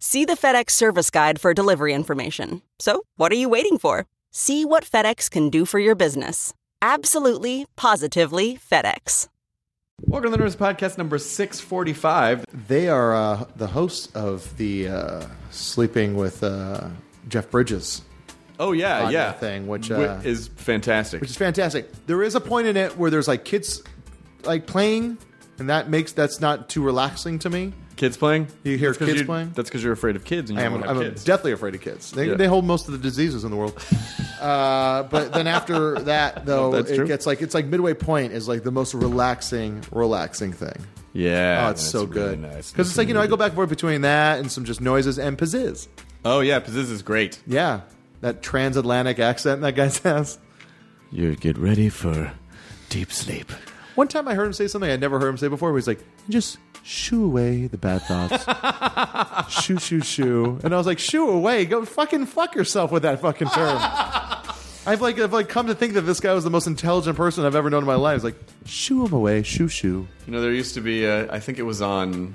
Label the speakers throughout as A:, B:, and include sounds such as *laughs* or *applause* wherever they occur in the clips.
A: See the FedEx service guide for delivery information. So, what are you waiting for? See what FedEx can do for your business. Absolutely, positively, FedEx.
B: Welcome to the Nerds Podcast number 645.
C: They are uh, the hosts of the uh, sleeping with uh, Jeff Bridges,
B: Oh, yeah,
C: On
B: yeah.
C: that thing, which,
B: Wh-
C: uh,
B: is fantastic.
C: which is fantastic. There is a point in it where there's like kids like playing, and that makes that's not too relaxing to me.
B: kids playing?
C: You hear
B: That's 'cause
C: kids
B: you-
C: playing?
B: That's because you're afraid of kids and you
C: I am,
B: don't wanna
C: I'm
B: have kids.
C: deathly afraid of kids. They,
B: Yeah.
C: they hold most of the diseases in the world. uh, but then after
B: *laughs*
C: that, though,
B: That's
C: it
B: true.
C: gets like it's like midway point is like the most relaxing, relaxing thing.
B: yeah.
C: Oh, it's so
B: really
C: good.
B: nice.
C: Because it's like you know I go back and forth between that and some just noises and pizzazz.
B: *laughs* Oh, yeah, because this is great.
C: Yeah, that transatlantic accent that guy *laughs* has.
B: You get ready for deep sleep.
C: One time I heard him say something I'd never heard him say before. Where he's like, "Just shoo away the bad thoughts,
B: *laughs*
C: shoo shoo shoo," and I was like, "Shoo away, go fucking fuck yourself with that
B: *laughs*
C: fucking term." I've like I've like come to think that this guy was the most intelligent person I've ever known in my life. He's like, "Shoo him away, shoo shoo."
B: You know, there used to be, uh, I think it was on,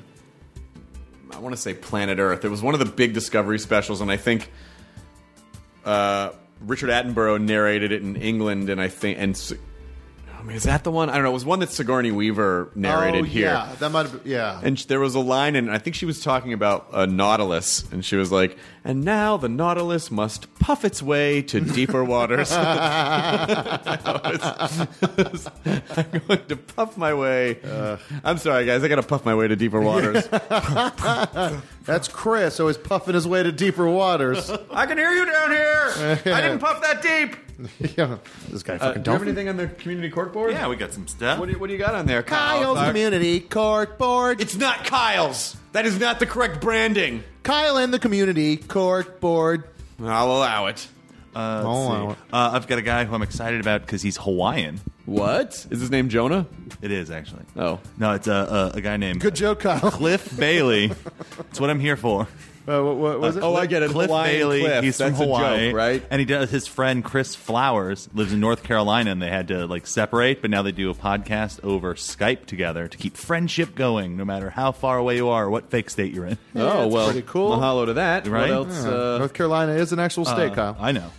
B: I want to say Planet Earth. It was one of the big Discovery specials, and I think uh, Richard Attenborough narrated it in England, and I think, and S- I mean, is that the one? I don't know. It was one that Sigourney Weaver narrated
C: oh,
B: here.
C: Yeah, that might have been- yeah.
B: And sh- there was a line, and I think she was talking about a nautilus, and she was like, "And now the nautilus must puff its way to deeper waters." *laughs* I was- I'm going to puff my way. I'm sorry, guys. I got to puff my way to deeper waters.
C: That's Chris always puffing his way to deeper
B: *laughs*
C: waters.
B: *laughs* I can hear you down here. I didn't puff that deep.
C: yeah, this guy
B: Uh, do you
C: fucking
B: have
C: dolphin.
B: anything on the community court board?
D: Yeah, we got some stuff.
B: What do you, what do you got on there, Kyle?
C: Kyle's
B: Fuck.
C: community court board.
B: It's not Kyle's. That is not the correct branding.
C: Kyle and the community court board.
B: I'll allow it.
D: Uh, let's
C: Oh,
D: see. Uh, I've got a guy who I'm excited about because he's Hawaiian.
B: What is his name? Jonah.
D: It is actually.
B: Oh.
D: No, it's uh, a, a, a guy named
C: Good joke, Kyle.
D: Cliff
B: *laughs*
D: Bailey. That's what I'm here for.
C: Uh, what, what was it?
B: Oh, I get it.
D: Cliff
B: Hawaiian
D: Bailey.
B: Cliff.
D: He's
B: That's a
D: from
B: joke,
D: Hawaii,
B: right?
D: And he does. His friend Chris Flowers lives in North Carolina, and they had to like separate, but now they do a podcast over Skype together to keep friendship going, no matter how far away you are or what fake state you're in.
B: Oh
C: that's
B: well,
C: pretty cool.
B: Mahalo to that. What
D: Right?
B: else?
C: Yeah.
B: Uh,
C: North Carolina is an actual state, Kyle.
D: Uh, I know.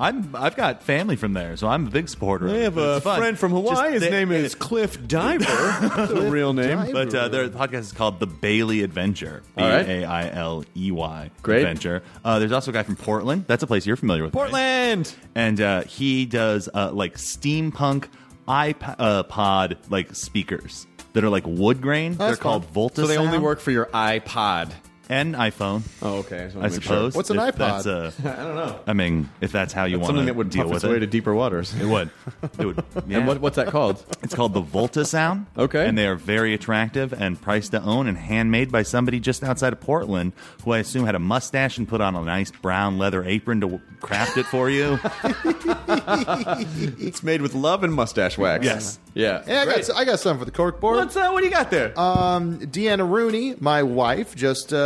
D: I'm I've got family from there, so I'm a big supporter. of
B: I
D: it,
B: have
D: but
B: a
D: it's fun.
B: friend from
D: Just
B: Hawaii. His
D: they-
B: name is *laughs* Cliff Diver. the real name.
C: Diver.
D: *laughs* But uh, their podcast is called The Bailey Adventure. B
B: All right.
D: A I L E Y.
B: Great.
D: Adventure. Uh, there's also a guy from Portland. That's a place you're familiar with. right?
B: Portland.
D: And uh, he does uh, like steampunk iPod uh, pod, like speakers that are like wood grain. They're
C: that's
D: called Volta.
B: So they only work for your iPod.
D: and iPhone.
B: Oh, okay. I, just wanna
D: I
B: make
D: suppose.
B: Sure.
C: What's an
D: If
C: iPod?
D: That's a,
B: *laughs* I don't know.
D: I mean, if that's how you want
B: Something that would
D: deal
B: puff its
D: with it,
B: way to deeper *laughs* waters.
D: it would. It would. yeah.
B: And what, what's that called?
D: It's called the Volta Sound.
B: Okay.
D: And they are very attractive and priced to own and handmade by somebody just outside of Portland who I assume had a mustache and put on a nice brown leather apron to w- craft it for you.
B: *laughs* it's made with love and mustache wax.
D: Yes.
B: Yeah.
C: Hey, I
B: Great.
C: got I got something for the cork board.
B: What's uh, what do you got there?
C: Deanna Rooney, my wife, just uh,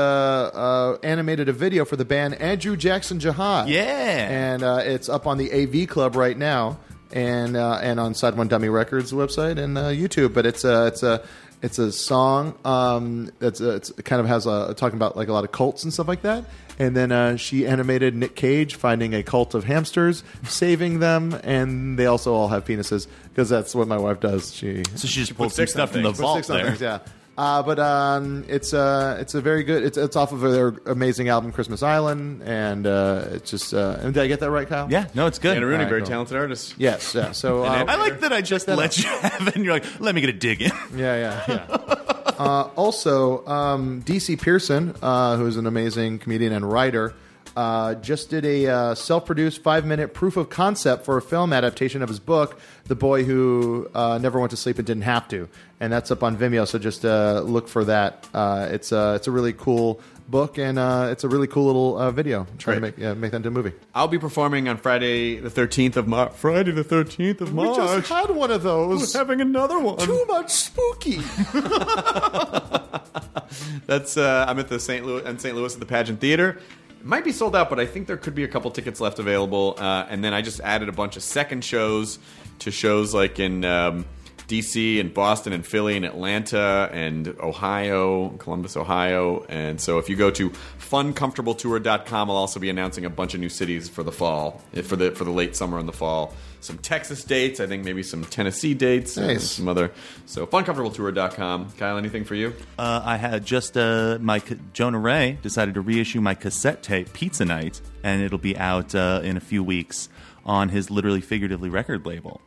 C: uh, animated a video for the band Andrew Jackson Jihad.
D: Yeah.
C: and uh, it's up on the AV Club right now, and uh, and on Side One Dummy Records website and uh, YouTube. But it's a it's a it's a song um, that's uh it's it kind of has a talking about like a lot of cults and stuff like that. And then uh, she animated Nick Cage finding a cult of hamsters, saving them, and they also all have penises because that's what my wife does. She
D: so she just pulled some
B: sticks on
D: stuff from the
B: things.
C: Put
D: vault
C: sticks on
D: there.
C: things, yeah. Uh, but um, it's uh, it's a very good. It's it's off of their amazing album Christmas Island, and uh, it's just. Uh, and did I get that right, Kyle?
D: Yeah, no, it's good.
B: Anna Rooney,
C: Alright,
B: very
C: cool.
B: talented artist.
C: Yes. Yeah.
D: *laughs*
C: So
B: And
C: uh,
B: it-
D: I like that I just
C: that
D: let
C: out.
D: you have it, and you're like, let me get a dig in.
C: Yeah, yeah, yeah. *laughs* uh, also, um, DC Pearson, uh, who is an amazing comedian and writer, uh, just did a uh, self-produced five-minute proof of concept for a film adaptation of his book, "The Boy Who uh, Never Went to Sleep and Didn't Have to," and that's up on Vimeo. So just uh, look for that. Uh, it's uh, it's a really cool book, and uh, it's a really cool little uh, video. Trying
B: Great.
C: to make, yeah, make that into a movie.
B: I'll be performing on Friday the 13th of March. Friday the 13th of March. *laughs*
C: had one of those. *laughs*
B: We're having another one.
C: much spooky.
B: That's uh, I'm at the St. Louis in St. Louis at the Pageant Theater. It might be sold out, but I think there could be a couple tickets left available. Uh, and then I just added a bunch of second shows to shows like in um, D.C. and Boston and Philly and Atlanta and Ohio, Columbus, Ohio. And so if you go to funcomfortabletour.com, I'll also be announcing a bunch of new cities for the fall, eh, for the for the late summer and the fall. Some Texas dates, I think maybe some Tennessee dates, and
C: Nice.
B: some other. So funcomfortabletour.com. Kyle, anything for you?
D: Uh, I had just uh, my ca- Jonah Ray decided to reissue my cassette tape Pizza Night, and it'll be out uh, in a few weeks on his literally figuratively record label,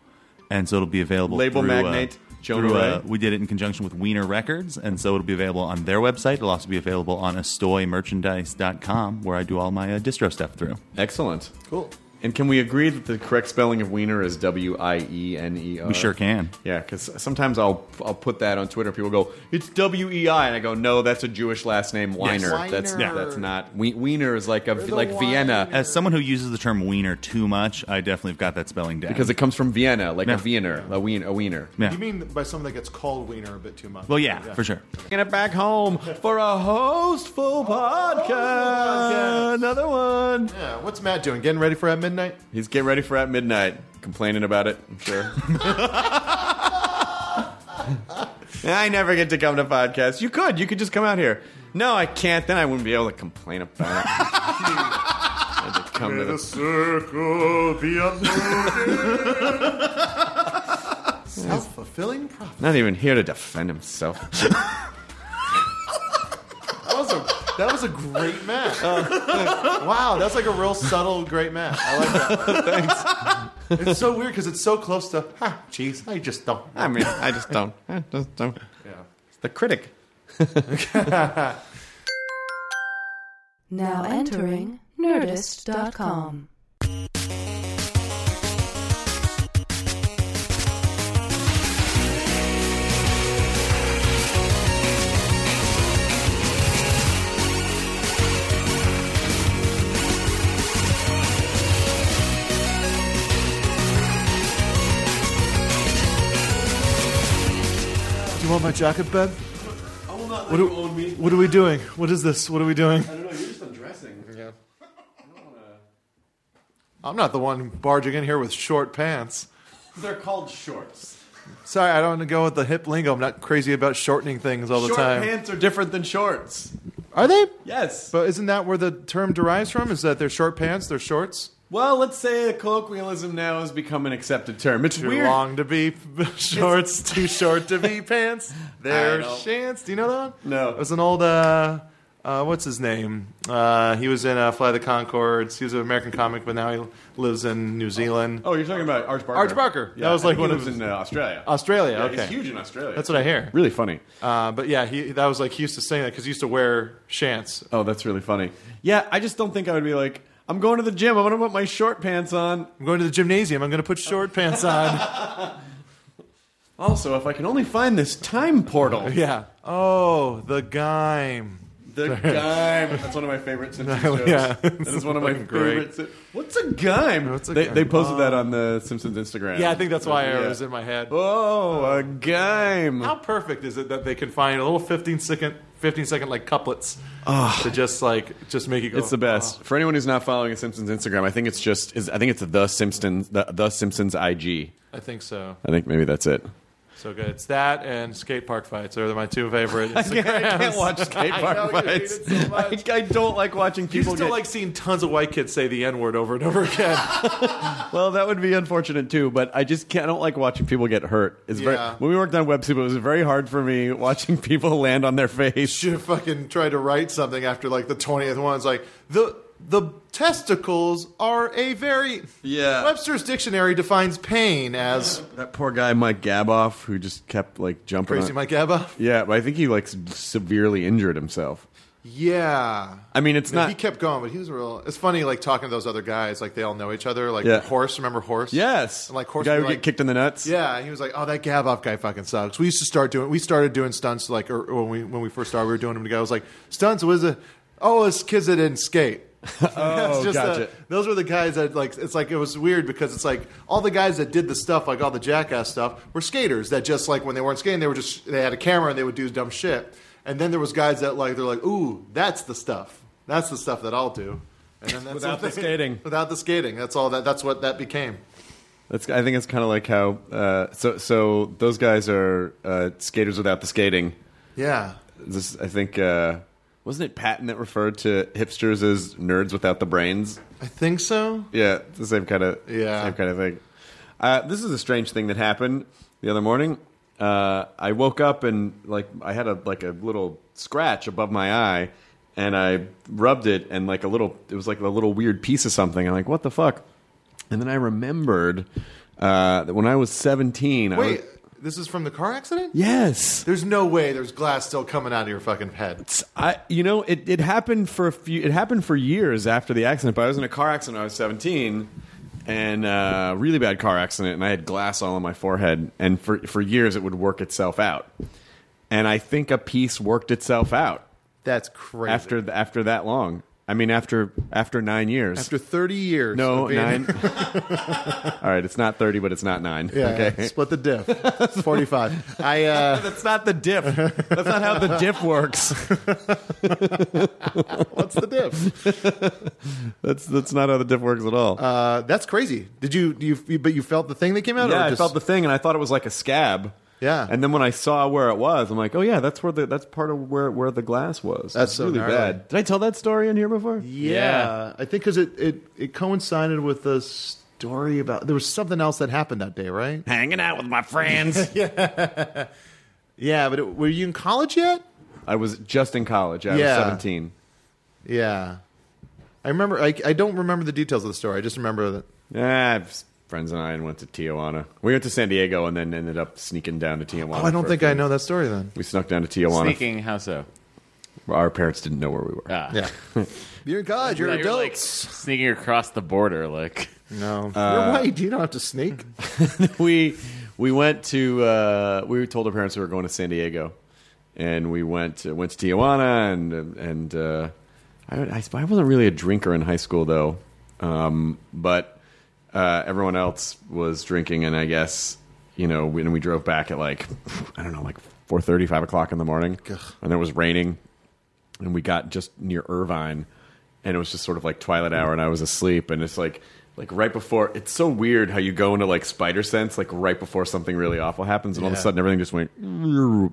D: and so it'll be available.
B: Label
D: through, uh,
B: magnate, Jonah
D: through,
B: Ray.
D: uh, we did it in conjunction with Wiener Records, and so it'll be available on their website. It'll also be available on estoymerchandise.com, where I do all my uh, distro stuff through.
B: Excellent.
C: Cool.
B: And can we agree that the correct spelling of wiener is W I E N E R?
D: We sure can.
B: Yeah, because sometimes I'll I'll put that on Twitter. People go, "It's W E I," and I go, "No, that's a Jewish last name, Weiner. That's
C: Weiner.
B: that's not we, wiener is like a like Vienna
D: As someone who uses the term wiener too much, I definitely have got that spelling down.
B: because it comes from Vienna, like
D: Yeah.
B: a Wiener, a wiener, a wiener."
D: Yeah.
C: You mean by someone that gets called wiener a bit too much?
D: well, yeah, for sure.
B: Taking it back home for a hostful podcast.
C: podcast.
B: Another one.
C: Yeah, what's Matt doing? Getting ready for at midnight?
B: He's getting ready for at midnight, complaining about it. I'm sure. *laughs* I never get to come to podcasts. You could. You could just come out here. No, I can't. Then I wouldn't be able to complain about it. *laughs* I had to come to the-
C: circle be *laughs* Self fulfilling prophecy.
B: Not even here to defend himself.
C: That was a that was a great match. wow, that's like a real subtle great match. I like that. Thanks. It's so weird because it's so close to. Ha, jeez, I just don't.
B: I mean, I just don't. I just don't.
C: Yeah.
B: It's the critic.
E: Now entering Nerdist.com.
C: Do you want my jacket, bud? What, do, what are we doing? What is this? What are we doing? I don't know. You're just undressing. Yeah. I'm not the one barging in here with short pants.
B: They're called shorts.
C: Sorry, I don't go with the hip lingo. I'm not crazy about shortening things all the
B: Short
C: time.
B: pants are different than shorts.
C: Are they?
B: Yes.
C: But isn't that where the term derives from? Is that they're short pants, they're shorts?
B: well, let's say the colloquialism now has become an accepted term. It's
C: Too
B: weird.
C: long to be *laughs* shorts, too short to *laughs* be pants.
B: I
C: Their
B: don't-
C: chance. Do you know that one?
B: No.
C: It was an old, uh, uh, what's his name? Uh, he was in uh, Fly the Concords. He was an American comic, but now he lives in New Zealand.
B: Oh, you're talking about Arch Barker.
C: Arch Barker.
B: Yeah,
C: That was
B: I think
C: like one
B: he
C: of
B: lives
C: his-
B: in uh, Australia.
C: Australia,
B: Yeah,
C: okay.
B: he's huge in Australia.
C: That's what I hear.
B: Really funny.
C: Uh, but yeah, he, that was like, he used to sing that because he used to wear shants.
B: Oh, that's really funny. Yeah, I just don't think I would be like, I'm going to the gym. I'm going to put my short pants on.
C: I'm going to the gymnasium. I'm going to put short pants *laughs* on.
B: Also, if I can only find this time portal,
C: *laughs* yeah. Oh, the gime.
B: the gime. That's one of my
C: *laughs*
B: favorite Simpsons shows.
C: Yeah.
B: that is one of my
C: Fucking great.
B: favorite. Sim- What's a gime?
C: What's a
B: they,
C: gime? Uh,
B: they posted that on the Simpsons Instagram.
C: Yeah, I think that's why
B: Yeah.
C: it was in my head.
B: Oh, a gime.
C: How perfect is it that they can find a little 15 second, 15 second like couplets to just like just make you go?
B: It's the best. For anyone who's not following a Simpsons Instagram, I think it's just is I think it's the Simpsons the, the Simpsons IG.
C: "Oh." I think so.
B: I think maybe that's it.
F: So good. It's that and skate park fights are my two favorite.
B: *laughs* I can't watch skate park
F: know, you hate
B: fights.
F: it so much.
B: *laughs* I, I don't like watching
F: You
B: people
F: still
B: get.
F: like seeing tons of white kids say the N word over and over again.
B: *laughs* well, that would be unfortunate too. But I just can't. I don't like watching people get hurt. It's very,
C: Yeah.
B: when we worked on Web Soup, it was very hard for me watching *laughs* people land on their face.
C: *laughs* should have fucking tried to write something after like the twentieth one. It's like the the testicles are a very
B: Yeah.
C: Webster's dictionary defines pain as
B: That poor guy Mike Gaboff, who just kept like jumping.
C: crazy
B: on-
C: Mike Abba.
B: Yeah, but I think he like s- severely injured himself.
C: Yeah.
B: I mean, it's
C: No,
B: not.
C: he kept going, but he was real. It's funny, like talking to those other guys, like they all know each other. Like
B: Yeah.
C: horse, remember horse?
B: yes,
C: And, like horse.
B: the guy
C: would
B: who
C: be
B: get
C: like-
B: kicked in the nuts.
C: Yeah, he was like, "Oh, that Gaboff guy fucking sucks." We used to start doing, we started doing stunts like or, or when we when we first started, we were doing them together. I was like, "Stunts was a oh, it's kids that didn't skate." *laughs* oh,
B: gotcha.
C: those were the guys that like. It's like it was weird because it's like all the guys that did the stuff, like all the jackass stuff, were skaters that just like when they weren't skating, they were just they had a camera and they would do dumb shit. And then there was guys that like they're like, "Ooh, that's the stuff. That's the stuff that I'll do." And then that's
B: Without the
C: thing-
B: skating.
C: *laughs* Without the skating, that's all that. That's what that became.
B: That's, I think it's kind of like how uh, so so those guys are uh, skaters without the skating.
C: Yeah.
B: This I think uh, wasn't it Patton that referred to hipsters as nerds without the brains?
C: I think so.
B: Yeah, it's the same kind of
C: Yeah.
B: same kind of thing. Uh, this is a strange thing that happened the other morning. Uh, I woke up and like I had a like a little scratch above my eye, and I rubbed it and like a little it was like a little weird piece of something. I'm like, what the fuck? And then I remembered uh, that when I was 17, I
C: Wait,
B: was-
C: this is from the car accident?
B: yes,
C: There's no way there's glass still coming out of your fucking head.
B: I you know it, it happened for a few it happened for years after the accident. But I was in a car accident. when I was seventeen, and uh, really bad car accident, and I had glass all on my forehead. And for for years, it would work itself out. And I think a piece worked itself out
C: That's crazy.
B: after th- after that long. I mean, after after nine years.
C: after 30 years.
B: no
C: of being-
B: nine. *laughs* all right, it's not thirty, but it's not nine.
C: *laughs* Yeah,
B: okay.
C: split the
B: *laughs*
C: diff. It's 45. I uh,
B: That's not the diff. That's not how the diff works.
C: *laughs* what's the diff?
B: That's that's not how the diff works at all.
C: Uh, that's crazy. Did you, do you you- but you felt the thing that came out
B: Yeah,
C: or
B: I
C: just
B: felt the thing, and I thought it was like a scab.
C: Yeah.
B: And then when I saw where it was, I'm like, oh yeah, that's where the that's part of where where the glass was.
C: That's
B: It's
C: so
B: really
C: gnarly.
B: bad. Did I tell that story in here before?
C: Yeah. I think cuz it, it it coincided with the story about there was something else that happened that day, right?
B: Hanging out with my friends.
C: *laughs* Yeah, but it, were you in college yet?
B: I was just in college. I
C: Yeah.
B: was 17.
C: Yeah. I remember I, I don't remember the details of the story. I just remember that
B: Yeah, I have friends and I went to Tijuana. We went to San Diego and then ended up sneaking down to Tijuana.
C: Oh, I don't
B: for a
C: think
B: few-
C: I know that story then.
B: We snuck down to Tijuana.
G: Sneaking, how so?
B: Our parents didn't know where we were.
G: Ah.
C: Yeah. you're in college, you're,
G: You're like
C: adults.
G: sneaking across the border, like
C: no.
B: uh,
C: you're white, you don't have to sneak.
B: *laughs* we we went to uh, we told our parents we were going to San Diego, and we went uh, went to Tijuana and and uh, I, I I wasn't really a drinker in high school though, um, but uh, everyone else was drinking, and I guess you know when we drove back at like I don't know like four thirty five o'clock in the morning, and it was raining, and we got just near Irvine, and it was just sort of like twilight hour, and I was asleep, and it's like like right before. It's so weird how you go into like spider sense, like right before something really awful happens, and all of a sudden everything just went, and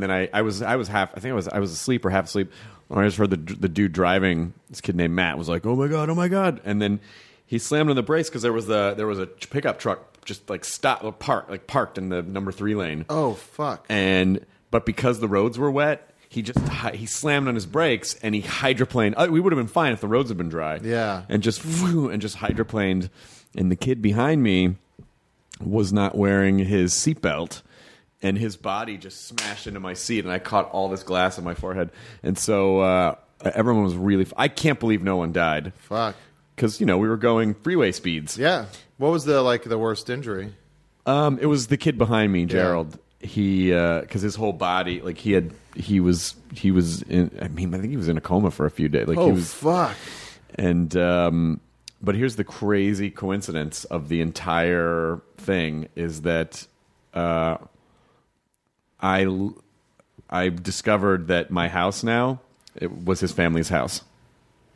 B: then I I was I was half I think I was I was asleep or half asleep, and I just heard the the dude driving this kid named Matt was like, oh my god, oh my god, and then he slammed on the brakes because there was the there was a pickup truck just like stop parked like parked in the number three lane
C: *laughs* Oh fuck.
B: and but because the roads were wet he just hy- he slammed on his brakes and he hydroplaned uh, we would have been fine if the roads had been dry
C: Yeah.
B: and just whew, and just hydroplaned and the kid behind me was not wearing his seatbelt and his body just smashed into my seat and i caught all this glass on my forehead and so uh, everyone was really f- i can't believe no one died
C: Fuck.
B: because you know we were going freeway speeds
C: Yeah. What was the like the worst injury?
B: um, it was the kid behind me, Gerald. He because his whole body, like he had, he was, he was. In, I mean, I think he was in a coma for a few days. Like he was,
C: Oh, fuck.
B: and um, but here's the crazy coincidence of the entire thing is that uh, I l- I discovered that my house now it was his family's house.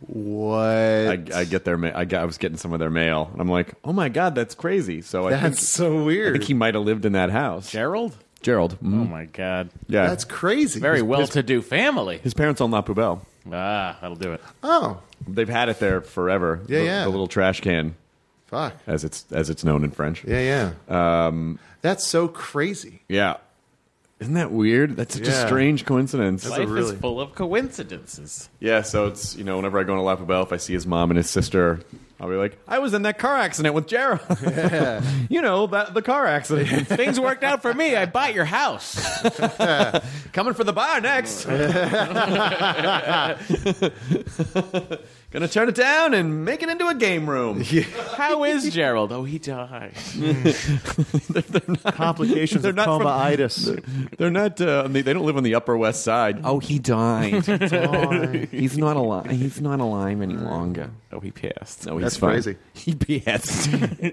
C: What?
B: I, I get their ma- I, got, I was getting some of their mail, and I'm like, oh my god, that's crazy. So I think,
C: That's *laughs* so
B: I
C: weird.
B: think he might have lived in that house.
G: Gerald.
B: Gerald. Mm-hmm.
G: Oh my god.
B: Yeah.
C: That's crazy.
G: Very well-to-do family.
B: His parents own La Poubelle.
G: Ah, that'll do it.
C: Oh,
B: They've had it there forever.
C: Yeah,
B: the,
C: yeah.
B: The little trash can,
C: fuck.
B: as it's as it's known in French.
C: Yeah, yeah.
B: Um,
C: That's so crazy.
B: Yeah. Isn't that weird? That's such
C: Yeah.
B: a strange coincidence.
G: Life
C: really-
G: is full of coincidences.
B: Yeah, so it's you know whenever I go on a lap of if I see his mom and his sister, I'll be like, I was in that car accident with Jared. you know that the car accident.
G: Things worked out for me. I bought your house.
B: Coming for the bar next. *laughs* Gonna turn it down and make it into a game room.
G: How is Gerald? Oh, he died.
D: *laughs*
H: Complications
B: They're
H: of
B: not from-
H: coma-itis.
B: They're not. Uh, on the- they don't live on the Upper West Side.
G: Oh, he died.
C: *laughs*
G: he's not alive. He's not alive any longer. Oh, he passed. No, he's
C: That's fine. crazy.
G: He *laughs* passed.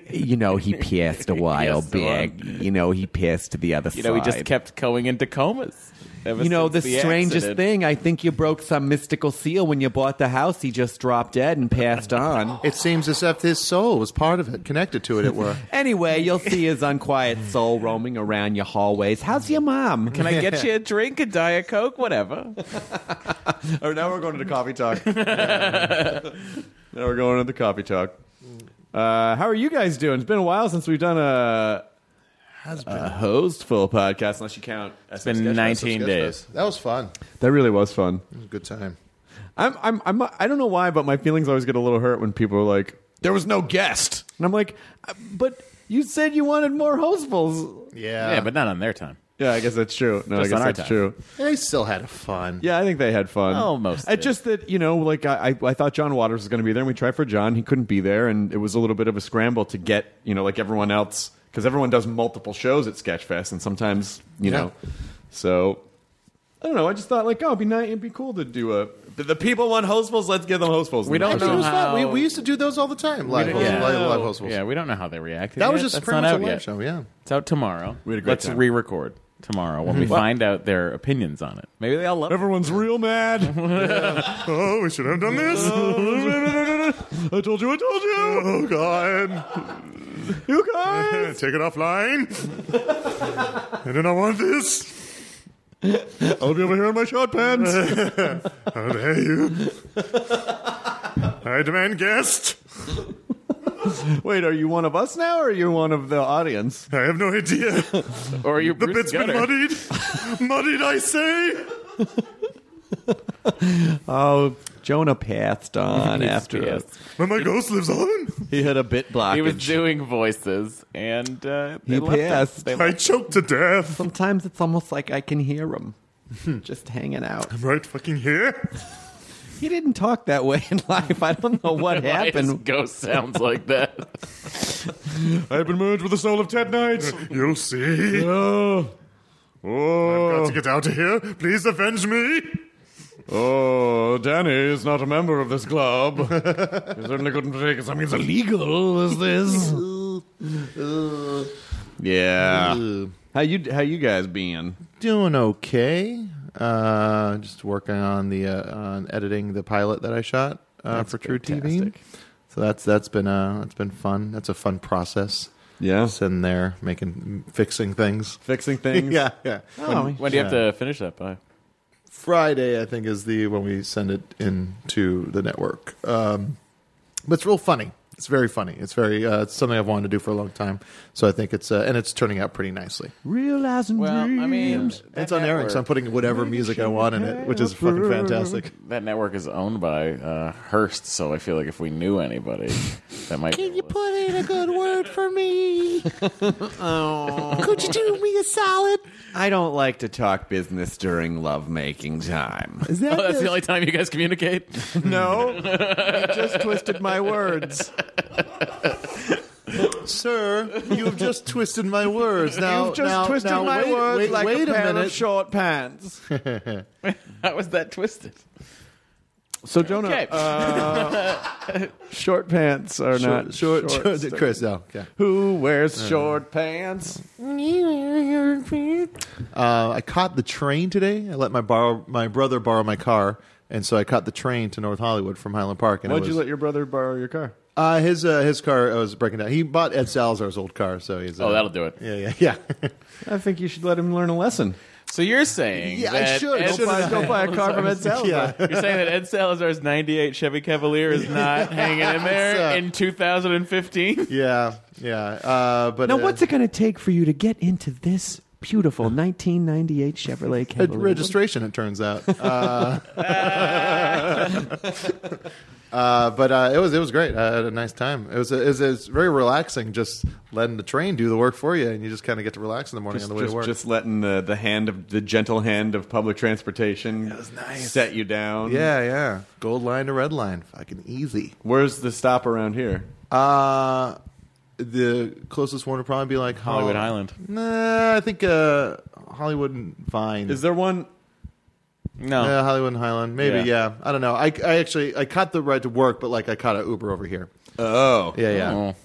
G: you know, he passed a while back. You know, he passed to the other side. You know, he just kept going into comas. You know, the, strangest thing. I think you broke some mystical seal when you bought the house. He just dropped dead and passed *laughs* on.
C: It seems as if his soul was part of it, connected to it, it *laughs* were.
G: Anyway, you'll see his unquiet soul roaming around your hallways. How's your mom? Can I get you a drink, a diet coke,
B: *laughs*
G: whatever?
B: Or Oh, now we're going to the coffee
G: *laughs*
B: talk. now we're going to the coffee talk. Uh, how are you guys doing? It's been a while since we've done a a host full podcast, unless you count. It's
G: been 19 days.
C: That was fun.
B: That really was fun.
C: It was a good time.
B: I'm, I'm, I'm, I don't know why, but my feelings always get a little hurt when people are like, "There was no guest," and I'm like, "Uh, "But you said you wanted more hostfuls."
C: Yeah.
G: yeah, but not on their time.
B: Yeah, I guess that's true.
G: Just
B: No, I
G: on
B: guess
G: our
B: that's
G: time. Oh,
B: true.
C: they still had fun.
B: Yeah, I think they had fun.
G: Almost
B: I
G: did.
B: just that you know, like I, I, I thought John Waters was going to be there, and we tried for John. He couldn't be there, and it was a little bit of a scramble to get you know, like everyone else, because everyone does multiple shows at Sketchfest, and sometimes you
C: Yeah.
B: know, so I don't know. I just thought like, oh, it'd be nice, it'd be cool to do a. The- The people want hostfuls. Let's give them hostfuls.
G: We don't
C: Actually, it was
G: know
C: fun. We,
G: how-
C: we used to do those all the time. Live,
G: don't
C: hosts,
G: know.
C: live, live hosts.
G: Yeah, we don't know how they reacted.
C: That
G: yet.
C: was just
G: That's
C: pretty
G: not
C: much a
G: out
C: live
G: yet.
C: show, yeah.
G: It's out tomorrow.
B: We had a great
G: Let's
B: time. Mm-hmm.
G: re-record tomorrow when we find out their opinions on it. Maybe they all love it.
B: Everyone's
G: *laughs*
B: real mad.
H: Oh, we should have done this.
B: I told you. I told you.
H: Oh, God.
B: You guys.
H: Take it offline. I do not want this.
B: I'll be over here in my short pants.
G: *laughs*
H: How dare you? I demand guest.
B: Wait, are you one of us now, or are you one of the audience?
H: I have no idea.
G: *laughs* Or you,
H: The bit's been muddied. muddied,
G: *laughs*
H: I say.
B: Oh, Jonah
G: *laughs*
B: passed on after
H: But my ghost lives on.
B: he had a bit blockage.
G: He was doing voices, and uh, they
B: He
G: left us.
B: passed.
G: They
H: I
G: left.
H: choked to death.
B: Sometimes it's almost like I can hear him,
G: Hmm.
B: just hanging out.
H: Right fucking
G: *laughs*
H: here.
B: He didn't talk that way in life. I don't
G: *laughs*
B: know
G: Why
B: what
G: his
B: happened.
G: ghost sounds like that.
B: *laughs* I've been merged with the soul of Ted Knight.
H: You'll see.
B: oh,
H: I've
B: oh,
H: got to get out of here. Please avenge me.
B: oh! Danny is not a member of this club. he certainly couldn't take something as illegal
G: *laughs*
B: as this. yeah. How you? How you guys been?
C: Doing okay. Uh, just working on the uh, on editing the pilot that I shot uh, for True TV. So that's that's been uh that's been fun. That's a fun process.
B: Yeah.
C: Sitting there making fixing things.
G: *laughs*
B: Fixing things.
C: *laughs* yeah, yeah.
B: Oh,
G: When do you have to finish that by?
C: Friday, I think, is the when we send it into the network. Um, but it's real funny. It's very funny. It's very. Uh, it's something I've wanted to do for a long time. So I think it's uh, and it's turning out pretty nicely.
B: Realizing
G: Well, I mean, that
C: it's on airing, so I'm
G: network-
C: putting whatever music I want in it, which is fucking fantastic.
G: That network is owned by uh, Hearst, so I feel like if we knew anybody, that might. Can you put in a good word for *laughs* me?
B: Could you do me a solid? I don't like to talk business during lovemaking time. *laughs* Is that
G: Oh, that's the only time you guys communicate.
B: no? you just twisted my words.
C: *laughs* Sir, you have just twisted my words. Now,
B: You've just
C: now,
B: twisted
C: now,
B: my
C: wait,
B: words
C: wait,
B: like
C: wait
B: a,
C: a,
B: pair
C: minute.
B: of short pants.
G: *laughs*
B: *laughs*
G: How was that twisted?
B: So Jonah, uh,
G: Okay. *laughs*
B: short pants are not
C: short, short, Chris. No, okay.
B: Who wears
G: Uh.
B: short pants?
C: Uh, I caught the train today. I let my borrow my brother borrow my car and so I caught the train to North Hollywood from Highland Park. And it
B: Why'd you
C: was-
B: let your brother borrow your car?
C: uh, his uh, his car was breaking down. He bought Ed Salazar's old car, so he's uh,
I: Oh, that'll do it.
C: Yeah, yeah, yeah. *laughs*
B: I think you should let him learn a lesson.
I: So you're saying
C: Yeah, I
I: that
C: should.
I: Ed
C: Don't buy- don't buy a car from
B: *laughs*
C: Ed *laughs* Salazar. Yeah.
I: You're saying that Ed Salazar's '98 Chevy Cavalier is
C: *laughs*
I: not hanging in there
C: It's, uh,
I: in 2015.
C: yeah, yeah. Uh, but
G: now,
C: uh,
G: what's it going to take for you to get into this beautiful 1998 Chevrolet
C: a
G: Cavalier?
C: registration? It turns out. Uh, *laughs* uh, but uh, it was it was great. I had a nice time. It was it was, it was very relaxing, just letting the train do the work for you, and you just kind of get to relax in the morning
B: Just,
C: on the way
B: just,
C: to work.
B: just letting the, the hand of the gentle hand of public transportation set you down.
C: yeah, yeah. Gold line to red line, fucking easy.
B: Where's the stop around here?
C: Uh the closest one would probably be like Hol-
I: Hollywood Island.
C: Nah, I think uh, Hollywood and Vine.
B: Is there one?
I: No.
C: Yeah, Hollywood and Highland. Maybe. Yeah.
I: Yeah.
C: I don't know. I, I actually I caught the ride to work, but like I caught an Uber over here.
B: Oh,
C: Yeah, yeah.
I: Oh.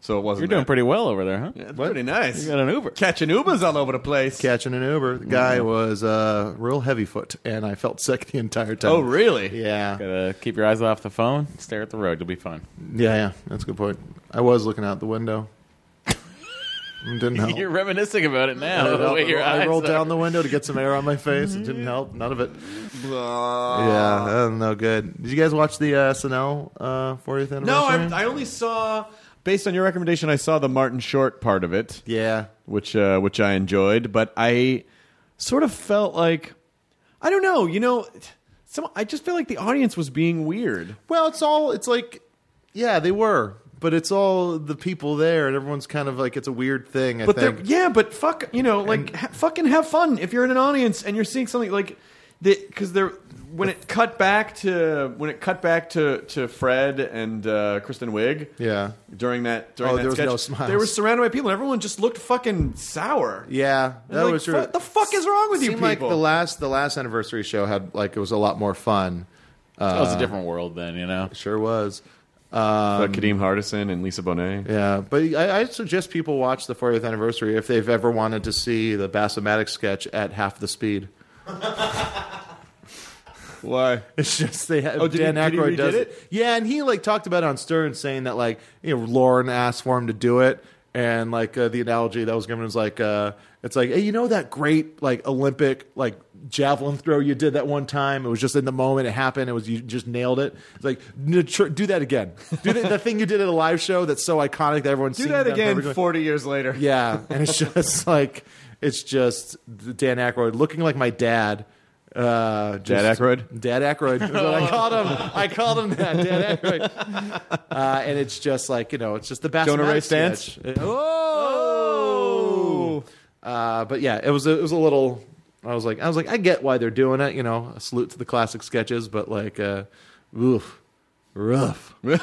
B: So it wasn't.
I: You're doing
B: that.
I: pretty well over there, huh?
B: Yeah, it's pretty nice.
I: You got an Uber.
B: Catching Ubers all over the place.
C: Catching an Uber. The guy was uh, real heavyfoot, and I felt *laughs* sick the entire time.
B: Oh, really?
C: Yeah.
I: Gotta keep your eyes off the phone. Stare at the road. You'll be fine.
C: Yeah. Yeah. That's a good point. I was looking out the window. didn't help.
I: You're reminiscing about it
C: I,
I: now. The
C: rolled-
I: way your
C: I
I: eyes
C: rolled
I: are.
C: down the window to get some air on my face. It didn't help. None of it. Yeah, that was no good. Did you guys watch the uh, SNL uh, 40th anniversary?
B: No, I, I only saw. Based on your recommendation, I saw the Martin Short part of it.
C: yeah,
B: which uh, which I enjoyed, but I sort of felt like I don't know, you know, some I just feel like the audience was being weird.
C: Well, it's all it's like yeah, they were, but it's all the people there, and everyone's kind of like it's a weird thing. I
B: But they're
C: think.
B: yeah, but fuck, you know, like ha- fucking have fun if you're in an audience and you're seeing something like the because they're when it cut back to when it cut back to to Fred and uh, Kristen Wiig
C: yeah,
B: during that during
C: Oh,
B: that
C: there was
B: sketch,
C: no smiles.
B: they were surrounded by people and everyone just looked fucking sour.
C: yeah.
B: And
C: That
B: like,
C: was true.
B: "What the fuck is wrong with you
C: Seemed like
B: people?"
C: the last the last anniversary show had like it was a lot more fun. Uh,
I: That was a different world then, you know.
C: Sure was.
B: Uh, Kadeem Hardison and Lisa Bonet.
C: Yeah, but I, I suggest people watch the 40th anniversary if they've ever wanted to see the Bassomatic sketch at half the speed.
B: Why?
C: *laughs* It's just they have
B: Oh, did
C: Dan
B: he- did he
C: Aykroyd
B: redid
C: does
B: it?
C: Yeah, and he like talked about it on Stern, saying that like you know Lauren asked for him to do it, and like uh, the analogy that was given was like uh, it's like hey, you know that great like Olympic like javelin throw you did that one time. It was just in the moment it happened. It was you just nailed it. It's like "N- tr- do that again. Do the, the thing you did at a live show that's so iconic that everyone's
B: Do
C: seen
B: that
C: them
B: again
C: perfectly."
B: 40 years later.
C: Yeah, and it's just like it's just Dan Aykroyd looking like my dad. Uh, just,
B: Dad Aykroyd?
C: Dad Aykroyd. That's what I called him. I called him that. Dad Aykroyd. Uh, and it's just like you know, it's just the best.
B: Jonah Ray
C: stance. Oh. Uh, but yeah, it was a, it was a little. I was like, I was like, I get why they're doing it. You know, a salute to the classic sketches, but like, uh, oof,
B: *laughs*
C: rough.
B: Now,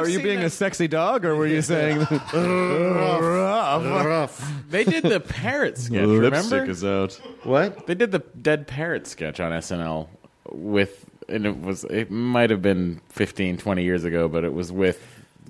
B: are you being a sexy dog, or were you saying
I: *laughs* They did the parrot sketch. remember?
B: is out?
C: What?
I: They did the dead parrot sketch on SNL with, and it was, it might have been 15, 20 years ago, but it was with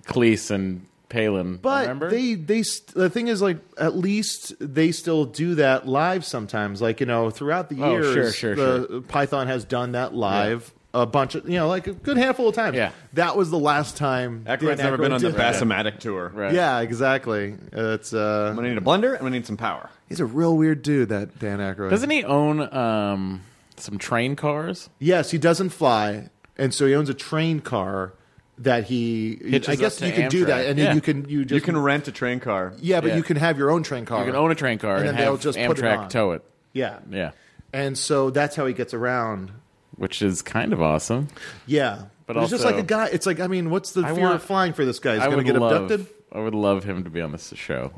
I: Cleese and Palin.
C: But
I: remember?
C: they they st- the thing is like at least they still do that live sometimes. Like you know throughout the
I: Oh,
C: years,
I: sure, sure,
C: the Python has done that live a bunch of you know like a good handful of times.
I: Yeah.
C: that was the last time.
B: Aykroyd's
C: Dan
B: never been
C: Aykroyd
B: on the
C: did that.
B: Bassomatic tour.
I: Right.
C: Yeah, exactly. It's
B: I'm
C: uh,
B: gonna need a blender. I'm gonna need some power.
C: he's a real weird dude. That Dan Aykroyd.
I: Doesn't he own um, some train cars?
C: Yes, he doesn't fly, and so he owns a train car that he.
I: Hitches
C: I
I: up
C: guess
I: to
C: you can do
I: Amtrak.
C: that, and
I: Yeah.
C: then you can you just
B: You can rent a train car.
C: yeah, but
I: yeah.
C: you can have your own train car.
I: You can own a train car
C: And
I: and,
C: then they'll
I: have
C: just put it
I: Amtrak
C: on.
I: tow it.
C: Yeah,
I: Yeah.
C: and so that's how he gets around.
I: Which is kind of awesome.
C: Yeah,
I: But
C: it's just like
I: also-
C: a guy. It's like I mean, what's the
I: I
C: fear
I: want-
C: of flying for this guy? He's
I: I
C: going to
I: would
C: get
I: love,
C: abducted
I: I would love him to be on this show,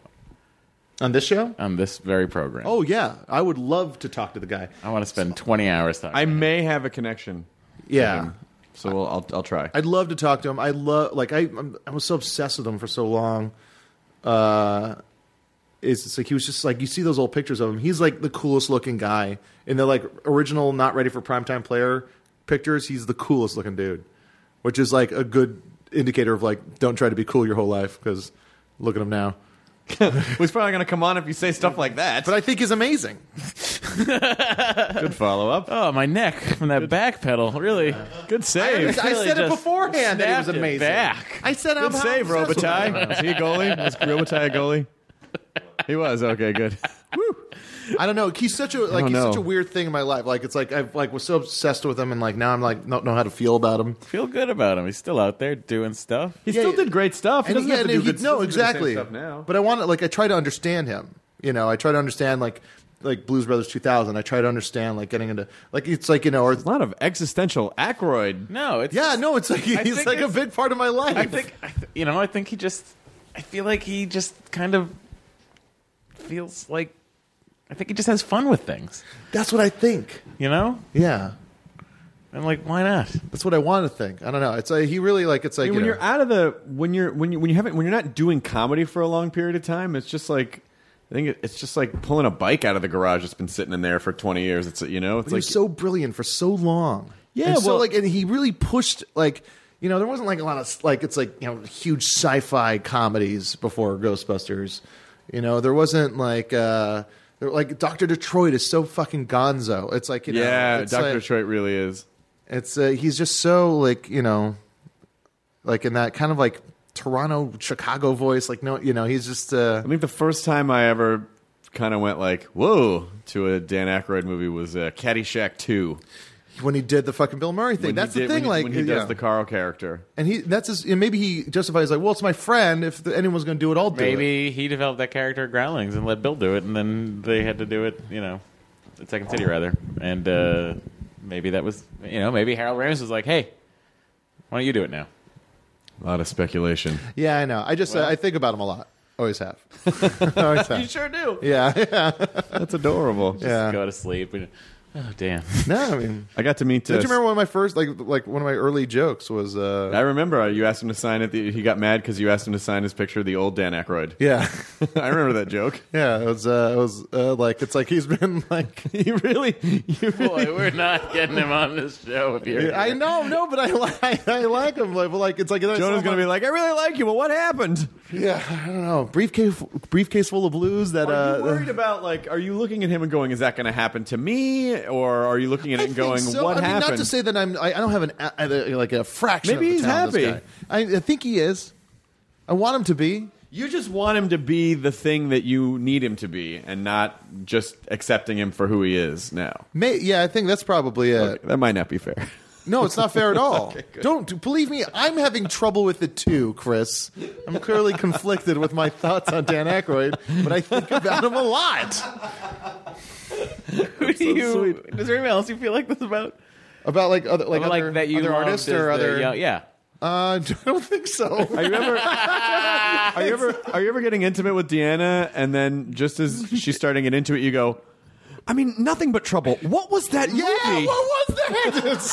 C: on this show.
I: on this very program.
C: Oh yeah, I would love to talk to the guy.
I: I want to spend 20 hours talking.
B: I may have a connection,
C: Yeah,
B: so we'll, I'll I'll try.
C: I'd love to talk to him. I love like I I'm, I was so obsessed with him for so long. Uh, it's, it's like he was just like you see those old pictures of him. He's like the coolest looking guy in the like original not ready for primetime player pictures. He's the coolest looking dude, which is like a good indicator of like don't try to be cool your whole life because look at him now.
B: He's probably gonna come on if you say stuff like that.
C: But I think he's amazing.
I: Good
B: follow up.
I: Oh, my neck from that back pedal. Really good
C: I,
I: save.
C: I
I: Really
C: said it
I: just
C: beforehand that he was
I: snapped it
C: amazing.
I: back.
C: I said I'm
B: Good save,
C: obsessed with him.
B: *laughs* Robitaille. Was he a goalie? Was Robitaille a goalie? He was. Okay, *laughs* good.
C: I don't know. He's such a like
B: don't
C: he's
B: know.
C: such a weird thing in my life. Like it's like I like was so obsessed with him, and like now I'm like don't know how to feel about him.
I: Feel good about him. He's still out there doing stuff.
B: He still did great stuff. He
C: And
B: doesn't
C: yeah,
B: have to
C: and
B: do
C: he-
B: good
C: no,
B: he doesn't do the same
C: exactly.
B: stuff now.
C: But I want to like I try to understand him. You know, I try to understand like like Blues Brothers 2000. I try to understand like getting into like it's like you know or a
B: lot of existential Ackroyd.
I: No, it's
C: yeah, no, *laughs* it's like he's
I: think
C: like a
I: it's-
C: big part of my life.
I: I think I th- you know. I think he just. I feel like he just kind of feels like. I think he just has fun with things.
C: that's what I think.
I: You know.
C: Yeah,
I: I'm like, why not?
C: That's what I want to think. I don't know. It's like he really like it's like
J: mean,
C: you
J: when
C: know,
J: you're out of the when you're when you when you haven't when you're not doing comedy for a long period of time, it's just like
B: I think it- it's just like pulling a bike out of the garage that's been sitting in there for 20 years. It's you know, it's
C: he
B: like
C: was so brilliant for so long.
B: Yeah,
C: and so
B: well-
C: like, and he really pushed like, you know, there wasn't like a lot of like, it's like you know, huge sci-fi comedies before Ghostbusters. You know, there wasn't like, uh there, like Doctor Detroit is so fucking gonzo. It's like you know,
B: yeah,
C: it's
B: Doctor
C: like-
B: Detroit really is.
C: It's uh, he's just so like you know, like in that kind of like Toronto Chicago voice. Like no, you know, he's just uh,
B: I think the first time I ever kind of went like whoa to a Dan Aykroyd movie was uh, Caddyshack 2.
C: when he did the fucking Bill Murray thing.
B: When he
C: That's
B: did-
C: the
B: when
C: thing.
B: he-
C: like
B: when he does
C: yeah.
B: the Carl character.
C: And he that's his and maybe he justifies like, well, it's my friend. If the, anyone's going to do it, I'll do it.
I: Maybe he developed that character at Groundlings and let Bill do it, and then they had to do it, you know, at Second City rather. And uh, maybe that was, you know, maybe Harold Ramis was like, hey, why don't you do it now?
B: A lot of speculation.
C: Yeah, I know. I just I think about him a lot. Always have. *laughs* Always have.
I: You sure do.
C: Yeah, yeah.
B: That's adorable.
I: Just
C: Yeah.
I: go to sleep. And, oh, damn.
C: No, I mean,
B: I got to meet.
C: don't
B: Uh,
C: you remember one of my first like like one of my early jokes was uh
B: I remember uh, you asked him to sign it. He got mad because you asked him to sign his picture of the old Dan Aykroyd.
C: yeah *laughs*
B: *laughs* I remember that joke.
C: yeah it was uh it was uh, like it's like he's been *laughs* like
J: he really
I: *laughs*
C: *laughs*
I: Boy, we're not getting him on this show if you're.
C: I know no but I like I like him like, but like it's like Jonah's
J: gonna be like, I really like you, but what happened?
C: yeah I don't know briefcase briefcase full of blues that
B: Are you
C: uh
B: worried about like? Are you looking at him and going, "Is that going to happen to me?" Or are you looking at it and going,
C: think so.
B: "What
C: I mean,
B: happened?"
C: Not to say that I'm. I, I don't have an a- a- like a fraction.
B: Maybe
C: of the
B: he's
C: talent of this
B: happy.
C: guy. I, I think he is. I want him to be.
B: you just want him to be the thing that you need him to be, and not just accepting him for who he is now.
C: May, yeah, I think that's probably it.
B: That might not be fair. *laughs*
C: No, it's not fair at all.
B: Okay, good.
C: don't believe me. I'm having trouble with it too, Chris. I'm clearly conflicted with my thoughts on Dan Aykroyd, but I think about him a lot.
I: Who do you. Is there anyone else you feel like this about?
C: About like other like,
I: Well, like
C: other,
I: that you
C: other
I: loved
C: artists
I: as
C: or
I: the
C: other.
I: young- yeah.
C: Uh, *laughs* I don't think so.
B: Are you
I: *laughs*
B: ever? are you ever? Are you ever getting intimate with Deanna, and then just as she's starting to get into it, you go,
J: I mean, nothing but trouble. What was that
C: yeah,
J: movie?
C: what was
I: *laughs*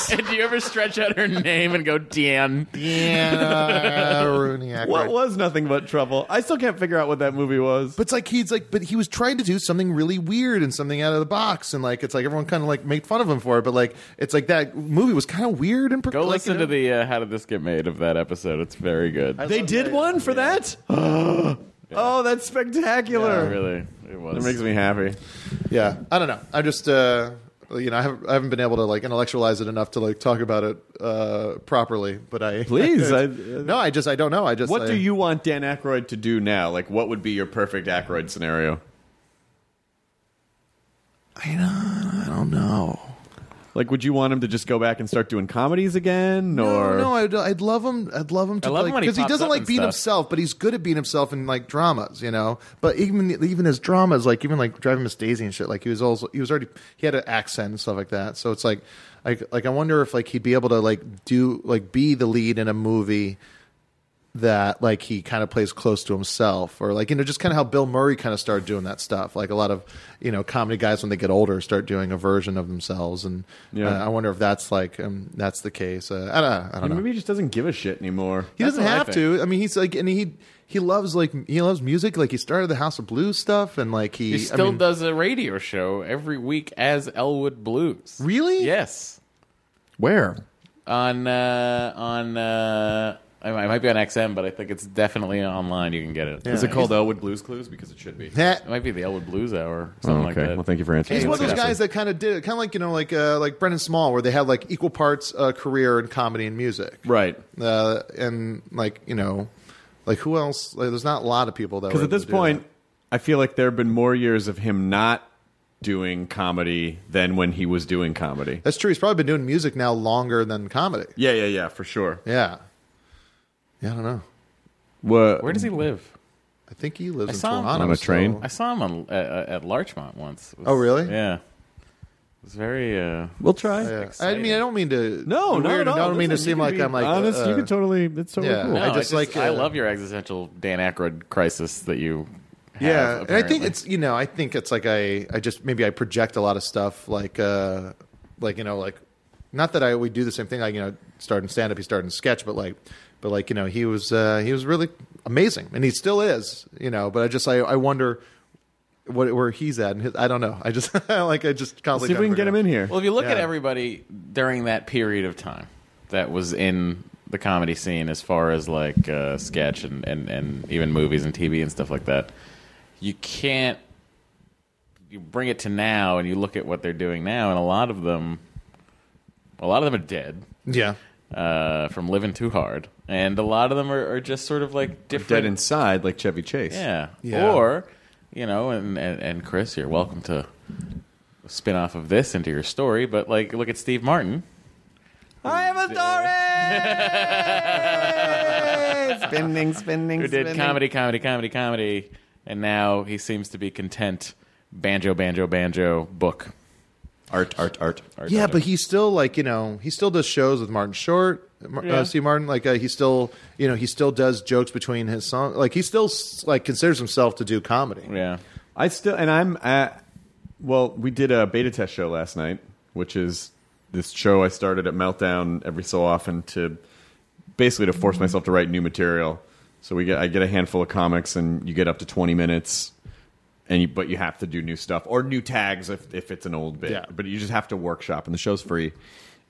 C: that?
I: And do you ever stretch out her name and go, Dan?
C: yeah, *laughs* Rooney Aykroyd.
B: "What was nothing but trouble?" I still can't figure out what that movie was.
C: But it's like he's like, but he was trying to do something really weird and something out of the box, and like it's like everyone kind of like made fun of him for it. But like it's like that movie was kind of weird and per-
I: Go
C: like,
I: listen
C: you know-
I: to the uh, How Did This Get Made of that episode. It's very good.
B: They did one for that. *gasps* Oh, that's
I: Yeah,
B: spectacular!
I: really, it
B: It
I: was.
B: makes me happy.
C: yeah. I don't know. I just uh, you know I haven't I haven't been able to like intellectualize it enough to like talk about it uh, properly. But I *laughs*
B: Please, I-
C: no, I just I don't know. I just
B: What
C: I-
B: do you want Dan Aykroyd to do now? Like, what would be your perfect Aykroyd scenario?
C: I don't, I don't know.
B: Like, would you want him to just go back and start doing comedies again? or
C: No, no, I'd, I'd love him. I'd love him to
I: I love
C: like
I: him when he
C: he
I: pops
C: doesn't
I: up
C: like
I: and
C: being
I: stuff.
C: himself, but he's good at being himself in like dramas, you know. But even even his dramas, like even like Driving Miss Daisy and shit, like he was also he was already he had an accent and stuff like that. So it's like, I like I wonder if like he'd be able to like do like be the lead in a movie that like he kind of plays close to himself or like you know just kind of how bill murray kind of started doing that stuff like a lot of you know comedy guys when they get older start doing a version of themselves and
B: Yeah.
C: uh, i wonder if that's like um, that's the case uh, i don't, I don't know
B: Maybe he just doesn't give a shit anymore.
C: he
B: That's
C: doesn't
B: what I
C: have
B: think.
C: to i mean he's like and he he loves like he loves music like he started the house of blues stuff and like he,
I: He
C: I
I: still
C: mean,
I: does a radio show every week as Elwood Blues.
C: really
I: Yes,
J: Where?
I: on uh, on uh, uh, I might, it might be on XM, but I think it's definitely online. You can get it.
B: Yeah. Is it called
I: Elwood Blues Clues? Because it should be. it might be the Elwood Blues Hour. Or something
J: Oh,
I: like
J: okay.
I: that.
J: Well, thank you for answering.
C: He's
I: Yeah,
C: one of those
I: exactly.
C: guys that kind of did it, kind of like you know, like uh, like Brendan Small, where they had like equal parts uh, career in comedy and music,
B: right?
C: Uh, and like you know, like who else? Like, there's not a lot of people that.
J: Because
C: were
J: at
C: able
J: this
C: to do
B: point, I feel like there have been more years of him not doing comedy than when he was doing comedy.
C: that. that's true. He's probably been doing music now longer than comedy.
B: Yeah, yeah, yeah, for sure.
C: Yeah, yeah. I don't know.
B: What?
I: Where does he live?
C: I think he lives
I: I
C: in
I: saw him
C: Toronto
J: On a train?
C: still.
I: I saw him on, uh, uh, at Larchmont once. It was-
C: Oh, really?
I: Yeah. It was very. Uh,
J: we'll try.
C: I mean, I don't mean to.
J: No,
C: be
J: no,
C: weird,
J: no,
C: I don't mean to
J: listen, you
C: seem
J: can
C: like
J: be
C: I'm like
J: honest,
C: uh,
J: you can totally- that's totally
C: yeah.
J: cool.
C: I just, like.
I: I
C: uh,
I: love your existential Dan Aykroyd crisis that you. Have,
C: yeah and i think
I: apparently.
C: it's you know i think it's like i i just maybe i project a lot of stuff like uh like you know like not that i we do the same thing like you know starting stand up he started in sketch but like but like you know he was uh he was really amazing and he still is you know but i just i, I wonder what where he's at and his, i don't know i just *laughs* like i just
J: see
C: constantly
J: if we can
C: trying
J: get
C: to
J: him in here.
I: Well, if you look at
C: Yeah.
I: everybody during that period of time that was in the comedy scene, as far as like uh, sketch and, and, and even movies and TV and stuff like that, you can't. You bring it to now, and you look at what they're doing now, and a lot of them, a lot of them are dead.
C: Yeah.
I: Uh, from living too hard, and a lot of them are, are just sort of like different.
B: Dead inside, like Chevy Chase.
I: Yeah.
B: Yeah.
I: Or, you know, and, and, and Chris, you're welcome to spin off of this into your story, but like, look at Steve Martin.
J: I have a
I: *laughs*
J: story. spinning, spinning.
I: Who did comedy, comedy, comedy, comedy, and now he seems to be content. Banjo, banjo, banjo, book.
B: Art, art, art.
I: art
C: yeah,
I: art.
C: but he still like you know he still does shows with Martin Short, Mar-
I: Yeah.
C: uh, Steve Martin. Like uh, he still you know he still does jokes between his songs. Like he still s- like considers himself to do comedy.
I: Yeah.
B: I still, and I'm at, well, we did a beta test show last night, which is this show I started at Meltdown every so often to basically to force myself to write new material. So we get, I get a handful of comics and you get up to 20 minutes and you, but you have to do new stuff or new tags if, if it's an old bit,
C: Yeah.
B: but you just have to workshop and the show's free.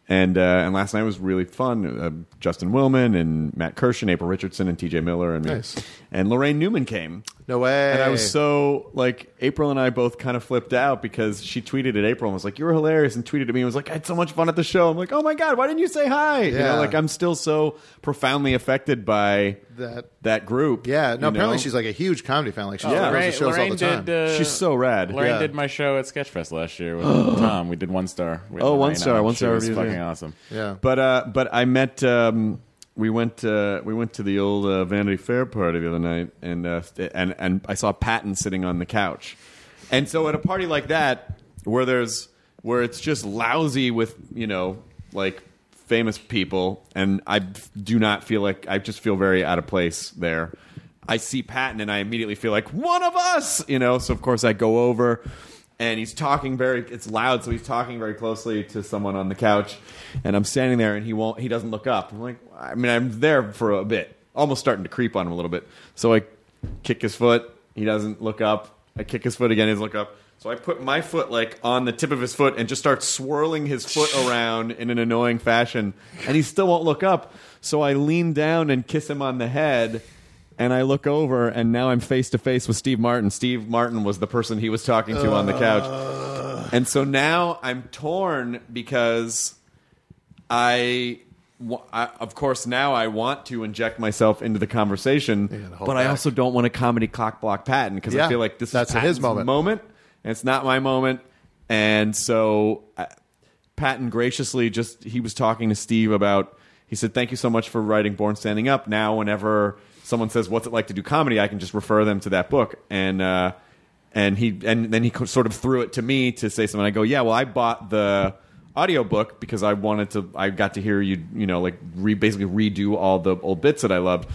B: And, uh, and last night was really fun. Uh, Justin Willman and Matt Kirshen, April Richardson and TJ Miller and me.
C: Nice.
B: And Lorraine Newman came.
C: No way.
B: And I was so like April and I both kind of flipped out because she tweeted at April and was like, "You were hilarious," and tweeted at me and was like, "I had so much fun at the show." I'm like, "Oh my god, why didn't you say hi?" You
C: Yeah.
B: know, like I'm still so profoundly affected by
C: That-
B: that group.
C: Yeah, no.
B: you know?
C: Apparently, she's like a huge comedy fan. Like she
B: Yeah.
C: yeah.
B: Lorraine-
C: goes to shows all the time.
I: Oh, did, uh,
B: She's so rad.
I: Lorraine
B: Yeah.
I: did my show at Sketchfest last year
B: *gasps*
I: with Tom. We did one star. We had
B: Oh,
I: Lorraine
B: one star,
I: on.
B: one
I: She
B: star
I: was
B: reviews,
I: fucking
B: yeah.
I: awesome.
C: yeah,
B: But uh, but I met um, we went uh, we went to the old uh, Vanity Fair party the other night, and uh, and and I saw Patton sitting on the couch, and so at a party like that where there's where it's just lousy with you know like famous people, and I do not feel like I just feel very out of place there. I see Patton and I immediately feel like one of us, you know. So of course I go over and he's talking very it's loud so he's talking very closely to someone on the couch and I'm standing there and he won't he doesn't look up. I'm like I mean I'm there for a bit. Almost starting to creep on him a little bit. So I kick his foot, he doesn't look up. I kick his foot again, he doesn't look up. So I put my foot like on the tip of his foot and just start swirling his foot around in an annoying fashion and he still won't look up. So I lean down and kiss him on the head and I look over, and now I'm face to face with Steve Martin. Steve Martin was the person he was talking to on the couch. And so now I'm torn because I, wa- I- of course, now I want to inject myself into the conversation, but I also don't want a comedy cock block Patton because I
C: Yeah,
B: feel like this
C: that's
B: is
C: his
B: Patton's
C: moment.
B: and it's not my moment. And so uh, Patton graciously just he was talking to Steve about he said thank you so much for writing Born Standing Up. Now whenever someone says what's it like to do comedy, I can just refer them to that book and uh, and he and then he co- sort of threw it to me to say something. I go yeah, well I bought the audiobook because I wanted to I got to hear you you know like re, basically redo all the old bits that I loved.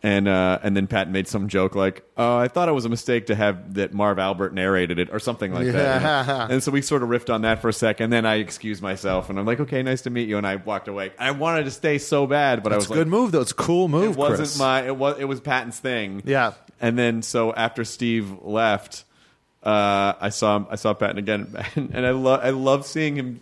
B: And uh, and then Patton made some joke like, "Oh, I thought it was a mistake to have that Marv Albert narrated it or something like that." you know?
C: Yeah.
B: And so we sort of riffed on that for a second. Then I excused myself and I'm like, okay, nice to meet you. And I walked away. I wanted to stay so bad, but
C: That's
B: I
C: a
B: was
C: good
B: like,
C: move though. It's a cool move.
B: it wasn't
C: Chris.
B: my, it was, it was Patton's thing.
C: Yeah.
B: And then so after Steve *laughs* left, uh, I saw him, I saw Patton again, and, and I love I love seeing him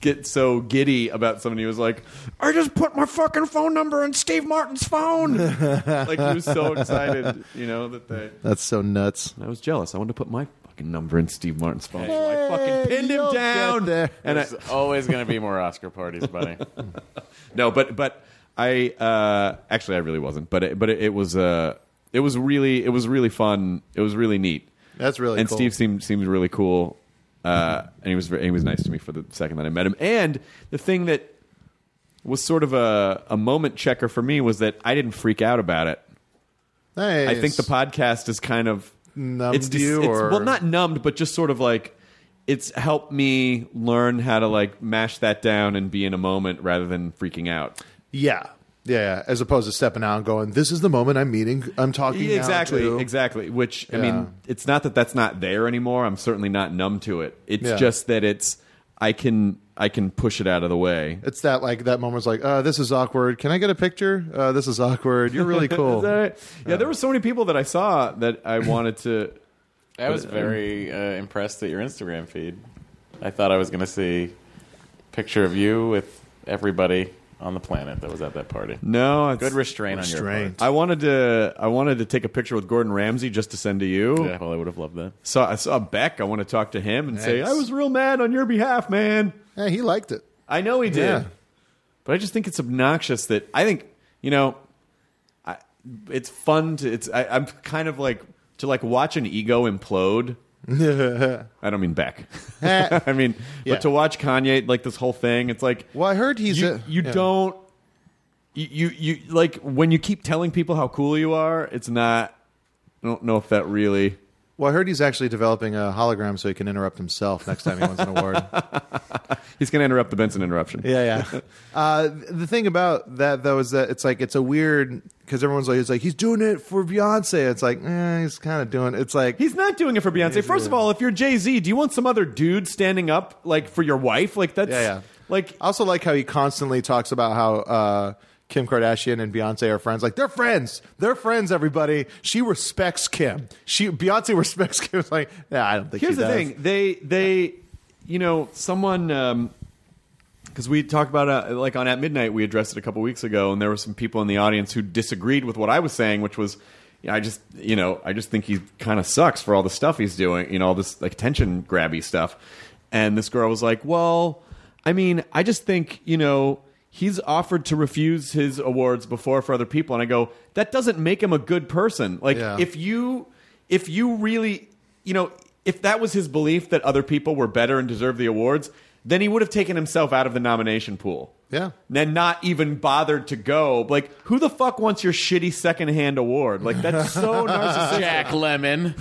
B: get so giddy about somebody who was like, I just put my fucking phone number in Steve Martin's
J: *laughs*
B: phone. like he was so excited, you know, that they.
C: That's so nuts.
J: I was jealous. I wanted to put my fucking number in Steve Martin's phone.
I: I fucking pinned him down. And
J: And I-
I: There's always going to be more Oscar parties, buddy.
B: no, but but I uh, actually I really wasn't, but it, but it, it was uh, it was really it was really fun. It was really neat.
C: That's really
B: and
C: cool.
B: Steve seemed seemed really cool, uh, and he was very, he was nice to me for the second that I met him. And the thing that was sort of a a moment checker for me was that I didn't freak out about it.
C: Nice.
B: I think the podcast is kind of
C: Numbed
B: it's, dis-
C: you
B: it's-
C: or-
B: well, not numbed, but just sort of like it's helped me learn how to like mash that down and be in a moment rather than freaking out.
C: Yeah. Yeah, yeah. as opposed to stepping out and going, "This is the moment I'm meeting. I'm talking." now
B: exactly,
C: to."
B: exactly. Which I
C: Yeah.
B: mean, it's not that that's not there anymore. I'm certainly not numb to it. It's
C: Yeah.
B: just that it's I can I can push it out of the way.
C: It's that like that moment's like, uh, this is awkward. Can I get a picture? Uh, this is awkward.
B: *laughs*
C: You're really cool.
B: Is that right? Yeah, there were so many people that I saw that I wanted to.
I: I was very uh, impressed at your Instagram feed. I thought I was going to see a picture of you with everybody on the planet that was at that party.
B: No, it's-
I: good restraint, on your part.
B: I wanted to. I wanted to take a picture with Gordon Ramsay just to send to you. Yeah,
I: well, I would have loved that.
B: So I saw Beck. I want to talk to him and say
C: Nice.
B: I was real mad on your behalf, man.
C: Yeah, he liked it.
B: I know he did,
C: Yeah.
B: but I just think it's obnoxious that I think you know, I, it's fun to. It's I, I'm kind of like to like watch an ego
C: *laughs*
B: implode. I don't mean Beck. *laughs* I mean,
C: Eh. Yeah.
B: but to watch Kanye like this whole thing, it's like.
C: Well, I heard he's
B: you,
C: a-
B: you
C: yeah.
B: don't you, you you like when you keep telling people how cool you are, it's not. I don't know if that really.
C: Well, I heard he's actually developing a hologram so he can interrupt himself next time he wins an award.
B: *laughs* He's going to interrupt the Benson interruption.
C: Yeah, yeah. *laughs* uh, the thing about that though is that it's like it's a weird because everyone's like, it's like he's doing it for Beyonce. It's like eh, he's kind of doing. It's like
B: He's not doing it for Beyonce. First of all, if you're Jay Z, do you want some other dude standing up like for your wife? Like that's
C: yeah, yeah.
B: Like
C: I also like how he constantly talks about how. Uh, Kim Kardashian and Beyonce are friends. Like they're friends. They're friends. Everybody. She respects Kim. She Beyonce *laughs* respects Kim. It's like, yeah, I don't think.
B: Here's
C: she
B: the
C: does.
B: thing: they they you know someone because we talked about uh, like on at midnight we addressed it a couple weeks ago, and there were some people in the audience who disagreed with what I was saying, which was. yeah, I just, you know, I just think he kind of sucks for all the stuff he's doing, you know, all this like attention grabby stuff. And this girl was like, "Well, I mean, I just think, you know, he's offered to refuse his awards before for other people." And I go, "That doesn't make him a good person. Like,
C: Yeah.
B: if you if you really you know if that was his belief that other people were better and deserved the awards then he would have taken himself out of the nomination pool
C: Yeah.
B: then not even bothered to go like who the fuck wants your shitty secondhand award like that's
C: *laughs*
B: so narcissistic
I: *laughs* Jack Lemon.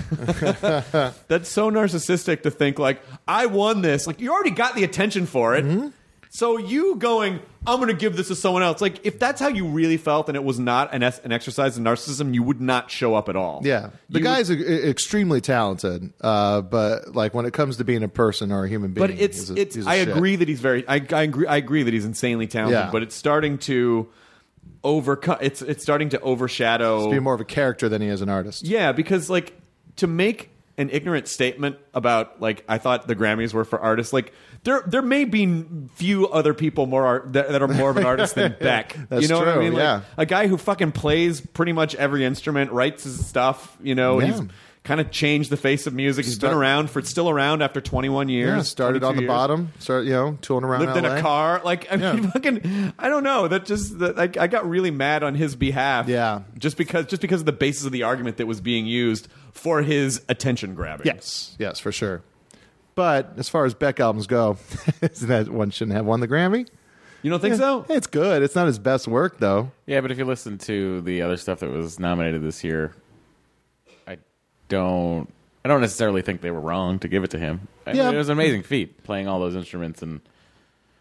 B: that's so narcissistic to think like i won this like you already got the attention for it
C: Mm-hmm.
B: so you going i'm going to give this to someone else like if that's how you really felt and it was not an, es- an exercise in narcissism you would not show up at all
C: Yeah, the
B: You-
C: guy's e- e- extremely talented, uh, but like when it comes to being a person or a human being,
B: But it's
C: he's a-
B: it's.
C: he's a
B: I
C: shit.
B: agree that he's very. I I agree, I agree that he's insanely talented.
C: Yeah.
B: But it's starting to overcome. It's it's starting to overshadow.
C: Be more of a character than he is an artist.
B: yeah, because like to make an ignorant statement about like I thought the Grammys were for artists. Like there there may be few other people more art, that, that are more of an artist
C: *laughs*
B: than Beck.
C: That's
B: you know what I
C: true,
B: mean? Like,
C: yeah.
B: a guy who fucking plays pretty much every instrument, writes his stuff. You know,
C: Yeah.
B: he's kind of changed the face of music. He's been
C: Start-
B: around for still around after 21 years.
C: Yeah, started on
B: 22
C: the
B: years
C: bottom, started you know tooling around.
B: lived in
C: LA.
B: a car. Like I mean, *laughs* fucking, I don't know. That just that, like I got really mad on his behalf.
C: Yeah.
B: just because just because of the basis of the argument that was being used for his attention grabbing.
C: Yes, yes, for sure. But as far as Beck albums go, *laughs* isn't that one shouldn't have won the Grammy?
B: you don't think
C: Yeah,
B: so?
C: It's good. It's not his best work though.
I: Yeah, but if you listen to the other stuff that was nominated this year, I don't I don't necessarily think they were wrong to give it to him. I
C: Yeah.
I: mean, it was an amazing feat playing all those instruments and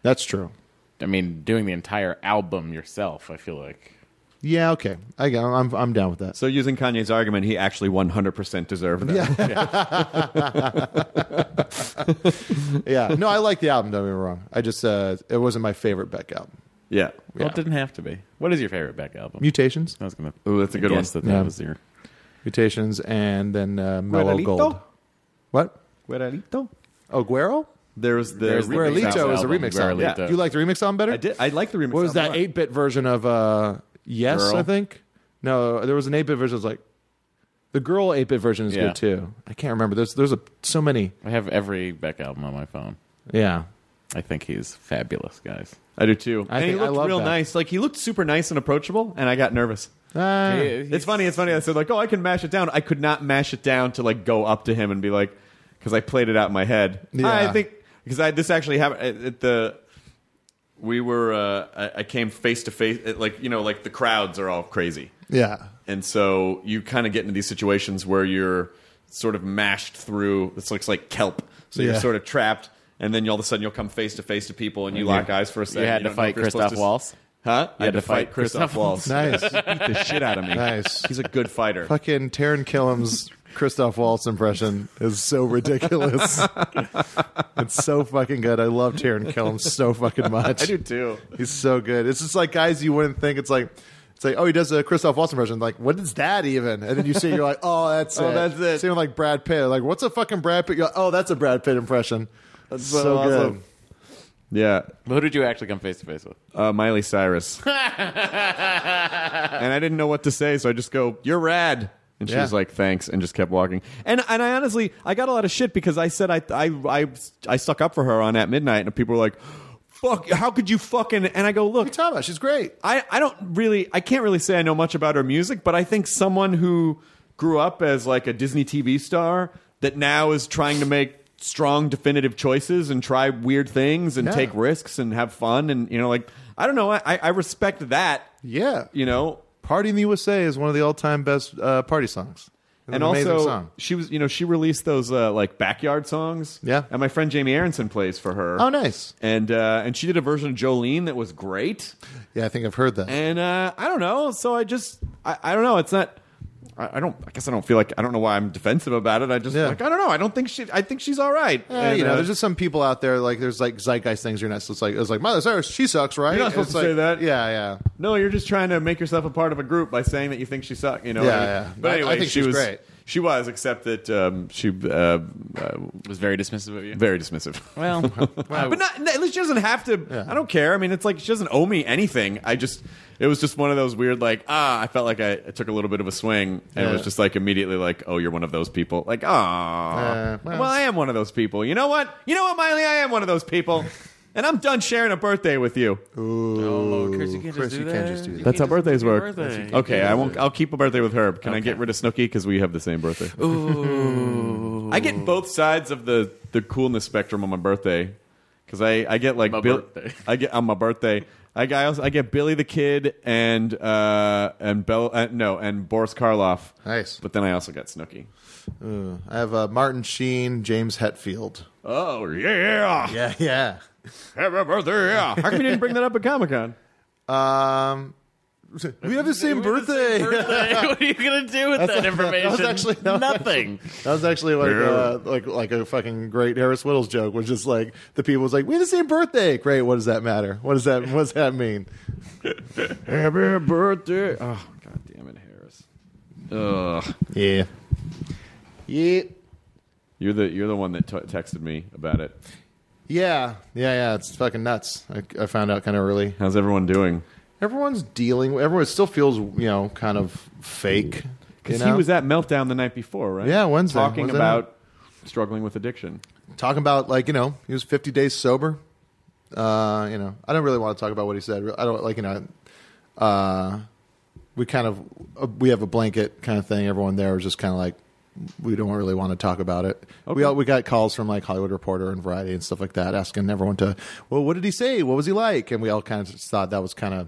C: That's true.
I: I mean doing the entire album yourself, I feel like.
C: Yeah, okay. I, I'm I'm down with that.
B: So using Kanye's argument, he actually 100% deserved that.
C: Yeah, no, I like the album. Don't get me wrong. I just uh, it wasn't my favorite Beck album.
B: Yeah.
I: Well, it didn't have to be. What is your favorite Beck album?
C: Mutations,
I: I was gonna
B: Oh, that's a good one.
I: guess that that
C: Yeah.
I: was your
C: mutations, and then uh, Mellow
B: Guerrerito?
C: Gold. What?
B: Guerrerito?
C: Oh, Guero?
K: There was the
I: There's the remix
C: Guerrillito is a
I: album,
C: remix album.
I: Guerrillito.
C: You like the remix album better? I
B: did. I like the remix.
C: What was
B: album
C: that
B: a lot.
C: eight bit version of uh, Yes?
B: Girl?
C: I think. No, there was an eight bit version. that was like the girl eight bit version is
I: Yeah.
C: good too. I can't remember. There's there's a, so many.
I: I have every Beck album on my phone.
C: Yeah.
I: I think he's fabulous, guys.
K: I do too.
B: and he looked real nice. Like he looked super nice and approachable, and I got nervous.
C: Ah. He-
B: it's
K: he's-
B: funny. It's funny. I said like, "Oh, I can mash it down." I could not mash it down to like go up to him and be like, because I played it out in my head.
K: Yeah.
B: I think because I this actually happened
K: at, at the we were uh, I, I came face to face it- like you know like the crowds are all crazy
C: Yeah.
K: and so you kind of get into these situations where you're sort of mashed through this looks like kelp so
I: Yeah.
K: you're sort of trapped and then you, all of a sudden you'll come face to face to people and you
I: And
K: lock
I: you-
K: eyes for a
I: you
K: second
I: had to
K: don't know
I: fight
K: if you're supposed
I: Christoph
K: to s-
I: Walls?
K: huh
I: You
K: I had to fight Christoph Walls *laughs*
C: Nice.
K: He beat the shit out of me
C: Nice.
K: he's a good fighter
C: Fucking Taron Killam's Christoph Waltz impression is so ridiculous. it's so fucking good. I love Taron Killam so fucking much.
K: I do too.
C: He's so good. It's just like guys you wouldn't think. It's like it's like oh he does a Christoph Waltz impression. Like what is that even? And then you see it, you're like oh that's
B: Oh,
C: it.
B: that's
C: it. Same with like Brad Pitt. Like what's a fucking Brad Pitt? You're like, oh that's a Brad Pitt impression. That's so
B: awesome.
C: good.
K: yeah
I: Who did you actually come face to face with?
K: uh, Miley Cyrus and I didn't know what to say so I just go you're rad and she
B: Yeah.
K: was like thanks and just kept walking
B: And and I honestly I got a lot of shit because I said I I I, I stuck up for her on at midnight and people were like, "Fuck, how could you fucking?" And I go, "Look,
C: Tama, she's great.
B: I I don't really I can't really say I know much about her music, but I think someone who grew up as like a Disney TV star that now is trying to make strong definitive choices and try weird things and
K: Yeah.
B: take risks and have fun and you know like I don't know I I I respect that
C: Yeah.
B: you know
C: Party in the USA is one of the all time best uh, party songs. It's
B: and
C: an amazing
B: also
C: song.
B: she was you know she released those uh, like backyard songs
C: Yeah.
B: and my friend jamie aronson plays for her
C: Oh, nice.
B: and uh, and she did a version of jolene that was great
C: Yeah, I think I've heard that.
B: and uh, i don't know so i just i, I don't know it's not I, I don't i guess i don't feel like i don't know why i'm defensive about it i just
C: Yeah.
B: like i don't know i don't think she i think she's all right uh,
C: Eh, you know, there's just some people out there like there's like zeitgeist things you're not supposed to like. It's like Miley Cyrus, she sucks, right?
B: You're not supposed
C: It's
B: to
C: like-
B: say that.
C: Yeah, yeah.
B: No, you're just trying to make yourself a part of a group by saying that you think she sucks. You know.
C: Yeah,
B: I mean,
C: yeah.
B: But
C: I- I
B: anyway,
C: think
B: she
C: she's
B: was
C: great.
B: She was, except that um, she uh, uh,
I: Was very dismissive of you.
B: very dismissive.
I: Well, I-
B: but not, at least she doesn't have to. I don't care. I mean, it's like she doesn't owe me anything. I just, it was just one of those weird, like, ah, I felt like I, I took a little bit of a swing, and it
C: Yeah.
B: was just like immediately like, oh, you're one of those people. Like, ah,
C: Uh,
B: well.
C: well.
B: I am one of those people. You know what? You know what, Miley? I am one of those
C: *laughs*
B: people, and I'm done sharing a birthday with you.
I: Oh, Chris, you can't
C: Chris,
I: just do
C: you
I: that.
C: can't just do
I: *laughs*
C: that.
B: That's how birthdays work.
I: Birthday.
B: Okay, I won't. I'll keep a birthday with Herb. Can I get rid of Snooky because we have the same birthday?
I: Ooh.
B: I get both sides of the the coolness spectrum on my birthday because I I get like
I: My
B: Bill-
I: birthday.
B: I get on my birthday. I g- I also I get Billy the Kid and uh and Bell uh, no and Boris Karloff.
C: Nice.
B: But then I also got Snooky.
C: Ooh, I have uh, Martin Sheen, James Hetfield.
B: Oh yeah!
C: Yeah, yeah.
B: Happy birthday! Yeah. *laughs* How come you didn't bring that up at Comic Con?
C: Um, we have the same birthday.
I: what are you gonna do with that information?
C: that was actually- that was
I: nothing.
C: That was actually like uh, like like a fucking great Harris Whittles joke, which is like the people was like, "We have the same birthday." Great. What does that matter? What does that What does that mean?
B: Happy birthday! Oh god damn it, Harris! Ugh.
C: Yeah. Yeah.
B: You're the you're the one that t- texted me about it.
C: Yeah. Yeah. Yeah. It's fucking nuts. I, I found out kind of early.
B: How's everyone doing?
C: Everyone's dealing. Everyone still feels you know kind of fake.
B: Because
C: you know?
B: he was at Meltdown the night before, right?
C: Yeah, Wednesday.
B: Talking
C: Wednesday
B: about struggling with addiction.
C: talking about like you know he was 50 days sober uh you know i don't really want to talk about what he said i don't like you know uh we kind of uh, we have a blanket kind of thing everyone there was just kind of like we don't really want to talk about it. We all, we got calls from like Hollywood Reporter and Variety and stuff like that, asking everyone to, well, what did he say? What was he like? And we all kind of just thought that was kind of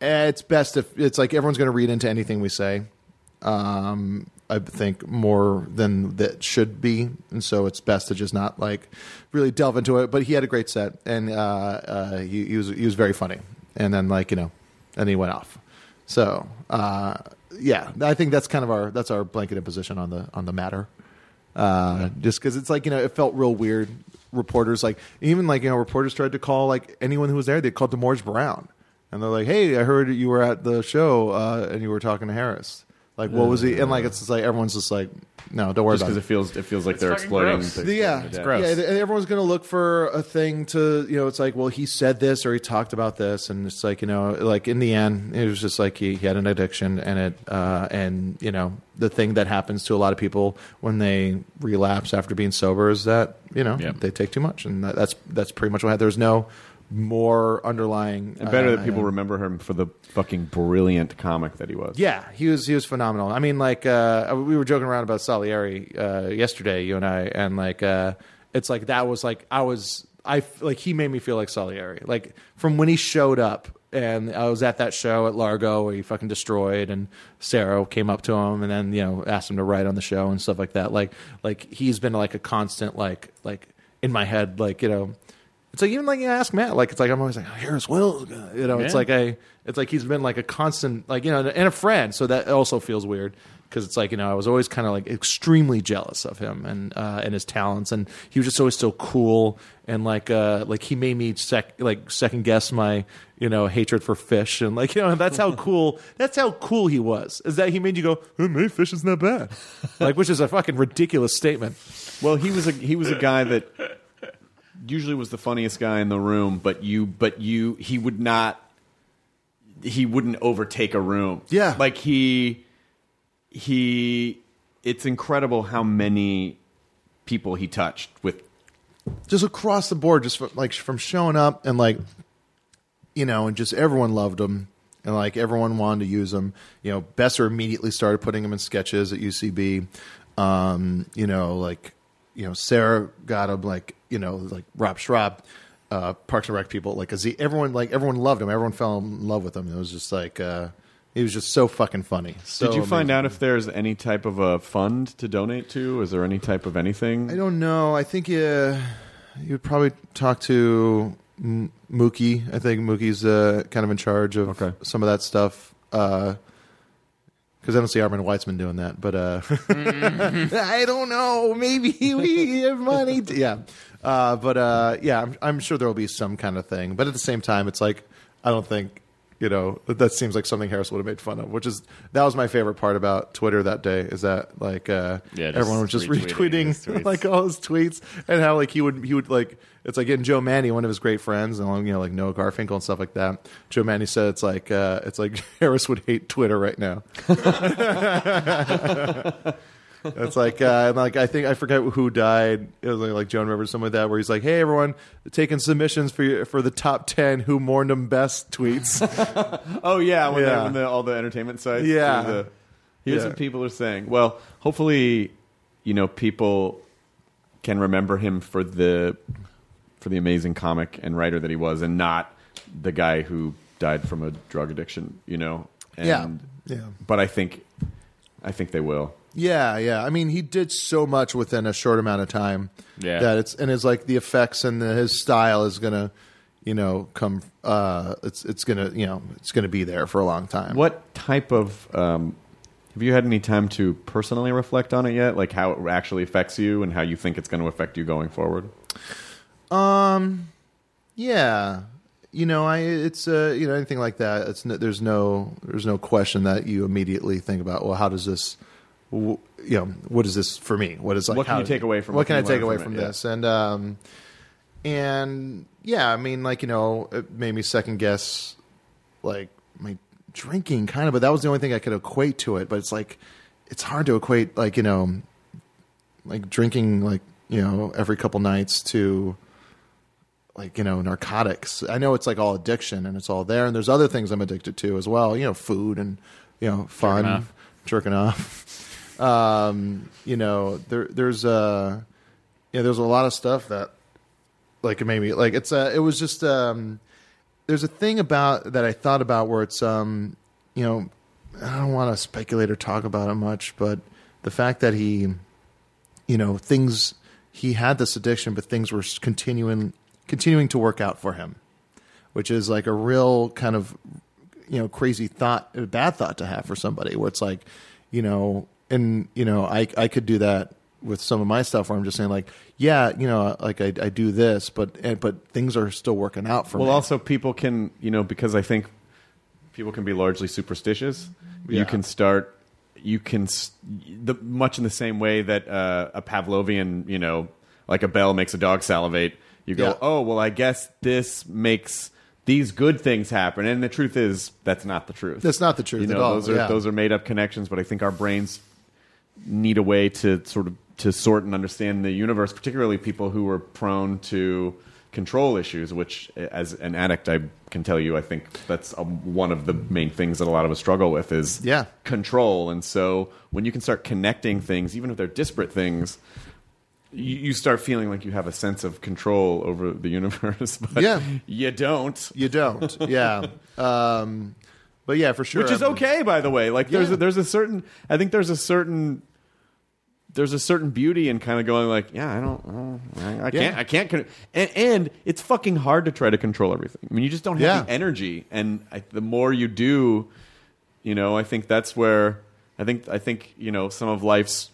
C: Eh, it's best if it's like everyone's going to read into anything we say. Um, I think more than that should be, and so it's best to just not like really delve into it. But he had a great set, and uh, uh, he, he was he was very funny. And then like you know, and he went off. So uh, yeah, I think that's kind of our that's our blanketed position on the on the matter uh, just because it's like you know it felt real weird. Reporters like even like you know reporters tried to call like anyone who was there. They called Demorge Brown and they're like, "Hey, I heard you were at the show uh, and you were talking to Harris." Like, what was he? And like, it's just like everyone's just like, no, don't worry
L: Just
C: about
L: 'cause
C: it.
L: it feels- it feels like It's they're fucking exploding- gross. they're
C: yeah,
L: exploding to death.
C: yeah, and everyone's gonna look for a thing to you know. It's like, well, he said this or he talked about this, and it's like you know, like in the end, it was just like he, he had an addiction, and it uh, and you know, the thing that happens to a lot of people when they relapse after being sober is that you know they take too much, and that, that's that's pretty much what happened. There's no more underlying
B: And better
C: uh,
B: that people remember him for the fucking brilliant comic that he was.
C: yeah, he was he was phenomenal. I mean, like uh, we were joking around about Salieri uh, yesterday, you and I, and like uh, it's like that was like I was I f- like he made me feel like Salieri, like from when he showed up, and I was at that show at Largo where he fucking destroyed, and Sarah came up to him and then you know asked him to write on the show and stuff like that. Like like he's been like a constant like like in my head like you know. It's like even like you ask Matt, like it's like I'm always like, oh, here's Will, you know. It's
I: Yeah.
C: like I, it's like he's been like a constant, like you know, and a friend. So that also feels weird because it's like you know I was always kind of like extremely jealous of him and uh, and his talents, and he was just always so cool and like uh like he made me sec like second guess my you know hatred for fish and like you know that's how cool that's how cool he was is that he made you go oh, maybe fish is not bad like which is a fucking ridiculous statement.
B: Well, he was a he was a guy that usually was the funniest guy in the room, but you but you he would not he wouldn't overtake a room. Yeah. Like he he it's incredible how many people he touched with
C: just across the board, just from, like from showing up and like, you know, and just everyone loved him and like everyone wanted to use him. You know, Besser immediately started putting him in sketches at UCB. Um, you know, like, you know, Sarah got him like, you know, like Rob Schraub, uh, Parks and Rec people, like, cause he, everyone, like everyone loved him. Everyone fell in love with him. It was just like, uh, he was just so fucking funny. So
B: Did you
C: amazing.
B: find out if there's any type of a fund to donate to? Is there any type of anything?
C: I don't know. I think uh, you would probably talk to M- Mookie. I think Mookie's uh, kind of in charge of some of that stuff. Uh, Because I don't see Armin Weitzman doing that, but uh, *laughs* I don't know. Maybe *laughs* we have money. to- yeah, uh, but uh, yeah, I'm, I'm sure there will be some kind of thing. But at the same time, it's like I don't think you know that, that seems like something Harris would have made fun of. Which is that was my favorite part about Twitter that day is that like uh,
I: Yeah, just
C: everyone was just
I: retweeting his
C: retweeting *laughs*
I: tweets.
C: like all his tweets and how like he would he would like it's like getting Joe Manny, one of his great friends, and you know like Noah Garfinkel and stuff like that. Joe Manny said it's like uh, it's like *laughs* Harris would hate Twitter right now. It's like uh, and, like I think I forget who died. It was like, like Joan Rivers, something like that, where he's like, "Hey everyone, taking submissions for your, for the top ten who mourned him
B: *laughs*
C: best tweets."
B: Oh yeah, when,
C: Yeah.
B: The, when the, all the entertainment sites.
C: Yeah.
B: do the- here's
C: Yeah.
B: what people are saying. Well, hopefully, you know, people can remember him for the for the amazing comic and writer that he was, and not the guy who died from a drug addiction. You know. And,
C: Yeah. Yeah.
B: But I think, I think they will.
C: yeah, yeah. I mean, he did so much within a short amount of time.
B: Yeah.
C: that it's and it's like the effects and the, his style is gonna, you know, come. Uh, it's it's gonna you know it's gonna be there for a long time.
B: What type of um, have you had any time to personally reflect on it yet? Like how it actually affects you and how you think it's going to affect you going forward?
C: Um, yeah, you know, I it's uh, you know anything like that. It's no, there's no there's no question that you immediately think about. Well, how does this, w- you know, what is this for me? What is like
B: What can
C: how-
B: you take away from it?
C: What can I
B: What can you
C: take away
B: learn
C: from,
B: from it? Yeah.
C: this? And um, and yeah, I mean, like you know, it made me second guess like my drinking kind of, but that was the only thing I could equate to it. But it's like it's hard to equate like you know, like drinking like you know every couple nights to like you know narcotics i know it's like all addiction and it's all there and there's other things i'm addicted to as well you know food and you know fun
I: off.
C: jerking off, *laughs* um you know there there's uh yeah there's a lot of stuff that like it made me like it's uh it was just um there's a thing about that i thought about where it's um you know i don't want to speculate or talk about it much but the fact that he you know things he had this addiction but things were continuing continuing to work out for him which is like a real kind of you know crazy thought a bad thought to have for somebody where it's like you know and you know i i could do that with some of my stuff where i'm just saying like yeah you know like i, I do this but and, but things are still working out for
B: well,
C: me
B: also people can you know because I think people can be largely superstitious.
C: Yeah.
B: You can start you can s- the much in the same way that uh, a Pavlovian, you know, like a bell makes a dog salivate. You go,
C: Yeah.
B: oh well, I guess this makes these good things happen. And the truth is, that's not the truth.
C: That's not the truth
B: You know,
C: at all,
B: those are
C: yeah.
B: those are made up connections, but I think our brains need a way to sort of to sort and understand the universe, particularly people who are prone to control issues. Which, as an addict, I can tell you, I think that's um one of the main things that a lot of us struggle with is
C: Yeah.
B: control. And so, when you can start connecting things, even if they're disparate things. You you start feeling like you have a sense of control over the *laughs* universe, but
C: Yeah.
B: you don't.
C: You don't. Yeah. um, but yeah, for sure.
B: which is
C: I mean-
B: okay by the way like there's
C: Yeah.
B: a, there's a certain i think there's a certain there's a certain beauty in kind of going like yeah i don't, I, don't- I- I
C: Yeah.
B: can't i can't con-. And, and it's fucking hard to try to control everything i mean you just don't have
C: Yeah.
B: the energy and I, the more you do you know i think that's where i think i think you know some of life's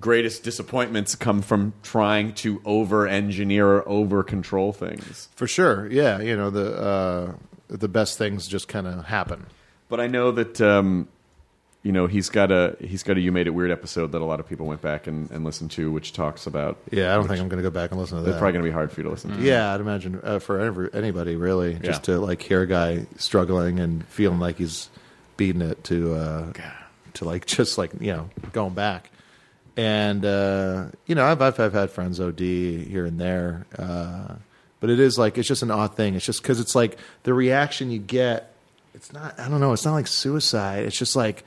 B: greatest disappointments come from trying to over engineer or over control things
C: For sure. Yeah. You know, the, uh, the best things just kind of happen.
B: But I know that um, you know he's got a he's got a you made it weird episode that a lot of people went back and, and listened to, which talks about.
C: Yeah, I don't think I'm going to go back and listen to that.
B: It's probably going to be hard for you to listen to.
C: Yeah, I'd imagine uh, for every, anybody really, just
B: Yeah.
C: to like hear a guy struggling and feeling like he's beating it to uh, to like *laughs* just like you know going back. And uh, you know, I've, I've I've had friends OD here and there, uh, but it is like it's just an odd thing. It's just because it's like the reaction you get. It's not. I don't know. It's not like suicide. It's just like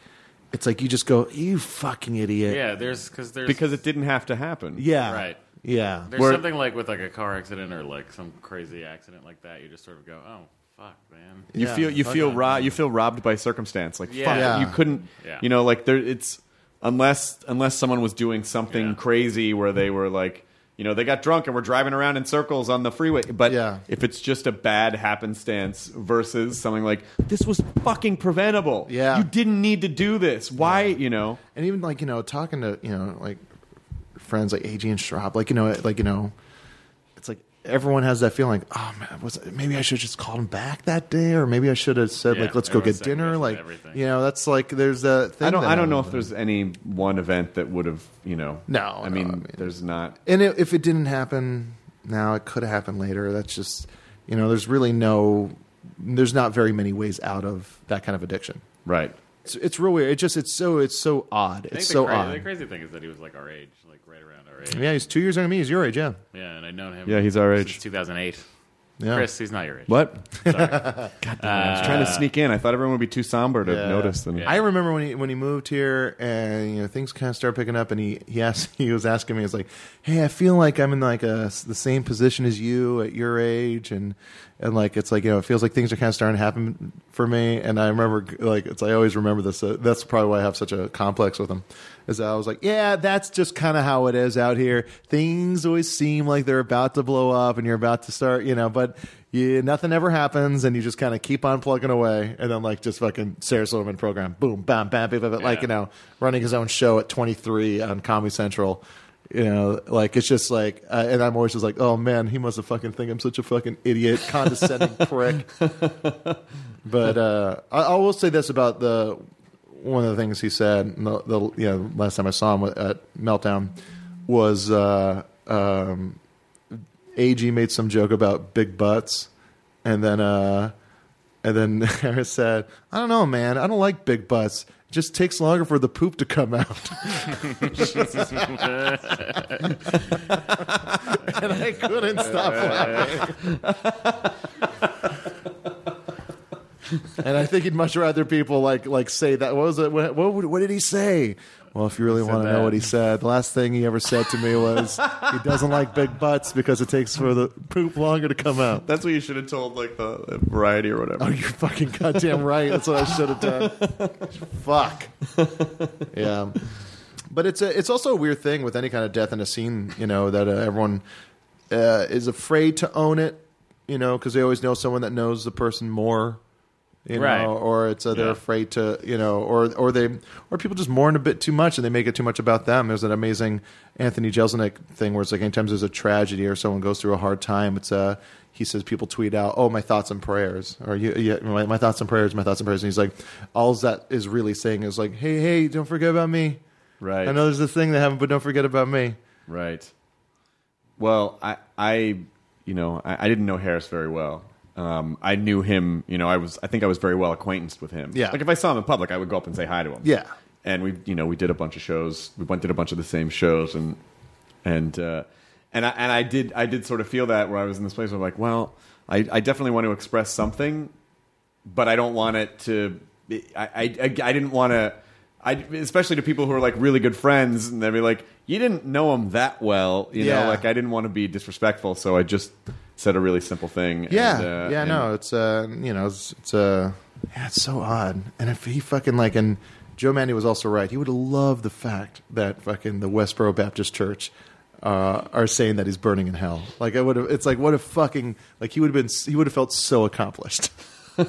C: it's like you just go, you fucking idiot.
I: Yeah, there's because there's
B: because it didn't have to happen.
C: Yeah.
I: right.
C: Yeah.
I: there's
C: Where-
I: something like with like a car accident or like some crazy accident like that. You just sort of go, oh fuck, man.
B: You feel you feel ro- you feel robbed by circumstance. Like
I: Yeah.
B: fuck,
I: Yeah.
B: you couldn't.
I: Yeah.
B: You know, like there it's unless unless someone was doing something crazy where they were like. You know, they got drunk and were driving around in circles on the freeway. But if it's just a bad happenstance versus something like, this was fucking preventable. Yeah. You didn't need to do this. Why, you know?
C: and even like you know talking to you know like friends like AG and Schraub, like you know like you know it's like everyone has that feeling like oh man was maybe I should just call him back that day or maybe I should have said like
B: Yeah,
C: let's go
B: everyone's
C: get dinner like you know that's like there's a thing
B: I don't.
C: that
B: I don't know if
C: happens.
B: there's any one event that would have. You know.
C: No,
B: I mean, there's not.
C: and it, if it didn't happen now it could have happened later that's just you know there's really no there's not very many ways out of that kind of addiction
B: right
C: it's, it's real weird it just it's so it's so odd
I: I think
C: it's
I: the
C: so
I: cra-
C: odd
I: The crazy thing is that he was like our age, like right around our age.
C: yeah he's two years younger than me he's your age yeah
I: Yeah, and I'd known him.
B: Yeah, he's our
I: since
B: age.
I: 2008.
C: Yeah.
I: Chris, he's not your age.
B: What?
I: Sorry.
B: God damn, I was trying to
I: Uh,
B: sneak in. I thought everyone would be too somber to
C: Yeah.
B: notice. And
C: I remember when he when he moved here, and you know things kind of started picking up, and he he asked *laughs* he was asking me, he was like, "Hey, I feel like I'm in like a the same position as you at your age, and and like it's like you know it feels like things are kind of starting to happen for me." And I remember like it's I always remember this. Uh, that's probably why I have such a complex with him. Is that I was like, "Yeah, that's just kind of how it is out here. Things always seem like they're about to blow up, and you're about to start, you know, but." you, nothing ever happens, and you just kind of keep on plugging away, and then like just fucking Sarah Silverman program, boom, bam, bam, bam, bam, bam, like you know, running his own show at 23 on Comedy Central. You know, like it's just like, uh, and I'm always just like, oh man, he must have fucking think I'm such a fucking idiot, condescending prick. But uh, I, I will say this about the one of the things he said. The, the you know, last time I saw him at Meltdown was uh, um, Ag made some joke about big butts, and then uh, and then *laughs* Harris said, "I don't know, man. I don't like big butts. It just takes longer for the poop to come out." and *laughs* I couldn't stop laughing. and I think he'd much rather people like like say that. What was it? What what, would- what did he say? Well, if you really want to know
M: that.
C: what he said, the last thing he ever said to me *laughs* was he doesn't like big butts because it takes for the poop longer to come out.
B: That's what you should have told, like the, the variety or whatever.
C: Oh, you're fucking goddamn right. That's what I should have *laughs* done. Fuck. Yeah. But it's a, it's also a weird thing with any kind of death in a scene, you know, that uh, everyone uh, is afraid to own it, you know, because they always know someone that knows the person more, you
I: Right.
C: know, or it's uh, they're
I: Yeah.
C: afraid to, you know, or or they or people just mourn a bit too much and they make it too much about them. There's that amazing Anthony Jeselnik thing where it's like anytime there's a tragedy or someone goes through a hard time, it's uh he says people tweet out, "Oh, my thoughts and prayers," or "You, you my, my thoughts and prayers, my thoughts and prayers." And he's like, all that is really saying is like, "Hey, hey, don't forget about me."
B: Right.
C: I know there's this thing that happened, but don't forget about me.
B: Right. Well, I, I, you know, I, I didn't know Harris very well. Um, I knew him. You know, I was. I think I was very well acquaintanced with him.
C: Yeah.
B: Like if I saw him in public, I would go up and say hi to him.
C: Yeah.
B: And we, you know, we did a bunch of shows. We went did a bunch of the same shows, and and uh, and I and I did I did sort of feel that where I was in this place. Where I'm like, well, I, I definitely want to express something, but I don't want it to. I I, I, I didn't want to. I, especially to people who are like really good friends, and they'd be like, "You didn't know him that well, you
C: Yeah.
B: know." Like I didn't want to be disrespectful, so I just said a really simple thing.
C: Yeah,
B: and, uh,
C: yeah,
B: and-
C: no, it's uh, you know, it's, it's uh, yeah, it's so odd. And if he fucking like, and Joe Mandy was also right. He would love the fact that fucking the Westboro Baptist Church uh, are saying that he's burning in hell. Like I would have, it's like what a fucking like he would have been, he would have felt so accomplished. *laughs*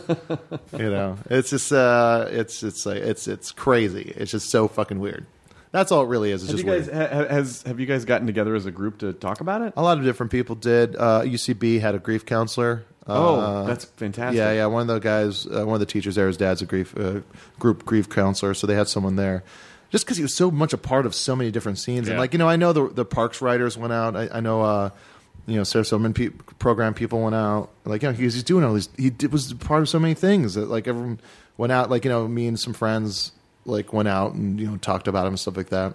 C: you know, it's just uh, it's it's like it's it's crazy. It's just so fucking weird. That's all it really is. It's
B: Have you
C: just
B: guys
C: weird.
B: ha- has have you guys gotten together as a group to talk about it?
C: A lot of different people did. Uh, UCB had a grief counselor.
B: Oh,
C: Uh,
B: that's fantastic.
C: Yeah, yeah. One of the guys, uh, one of the teachers there, his dad's a grief uh, group grief counselor, so they had someone there. Just because he was so much a part of so many different scenes, and
H: Yeah.
C: like you know, I know the the parks writers went out. I, I know, uh, you know, Sarah Silverman pe- program people went out. Like you know, he was he's doing all these. He did, was part of so many things that like everyone went out. Like you know, me and some friends like went out and you know talked about him and stuff like that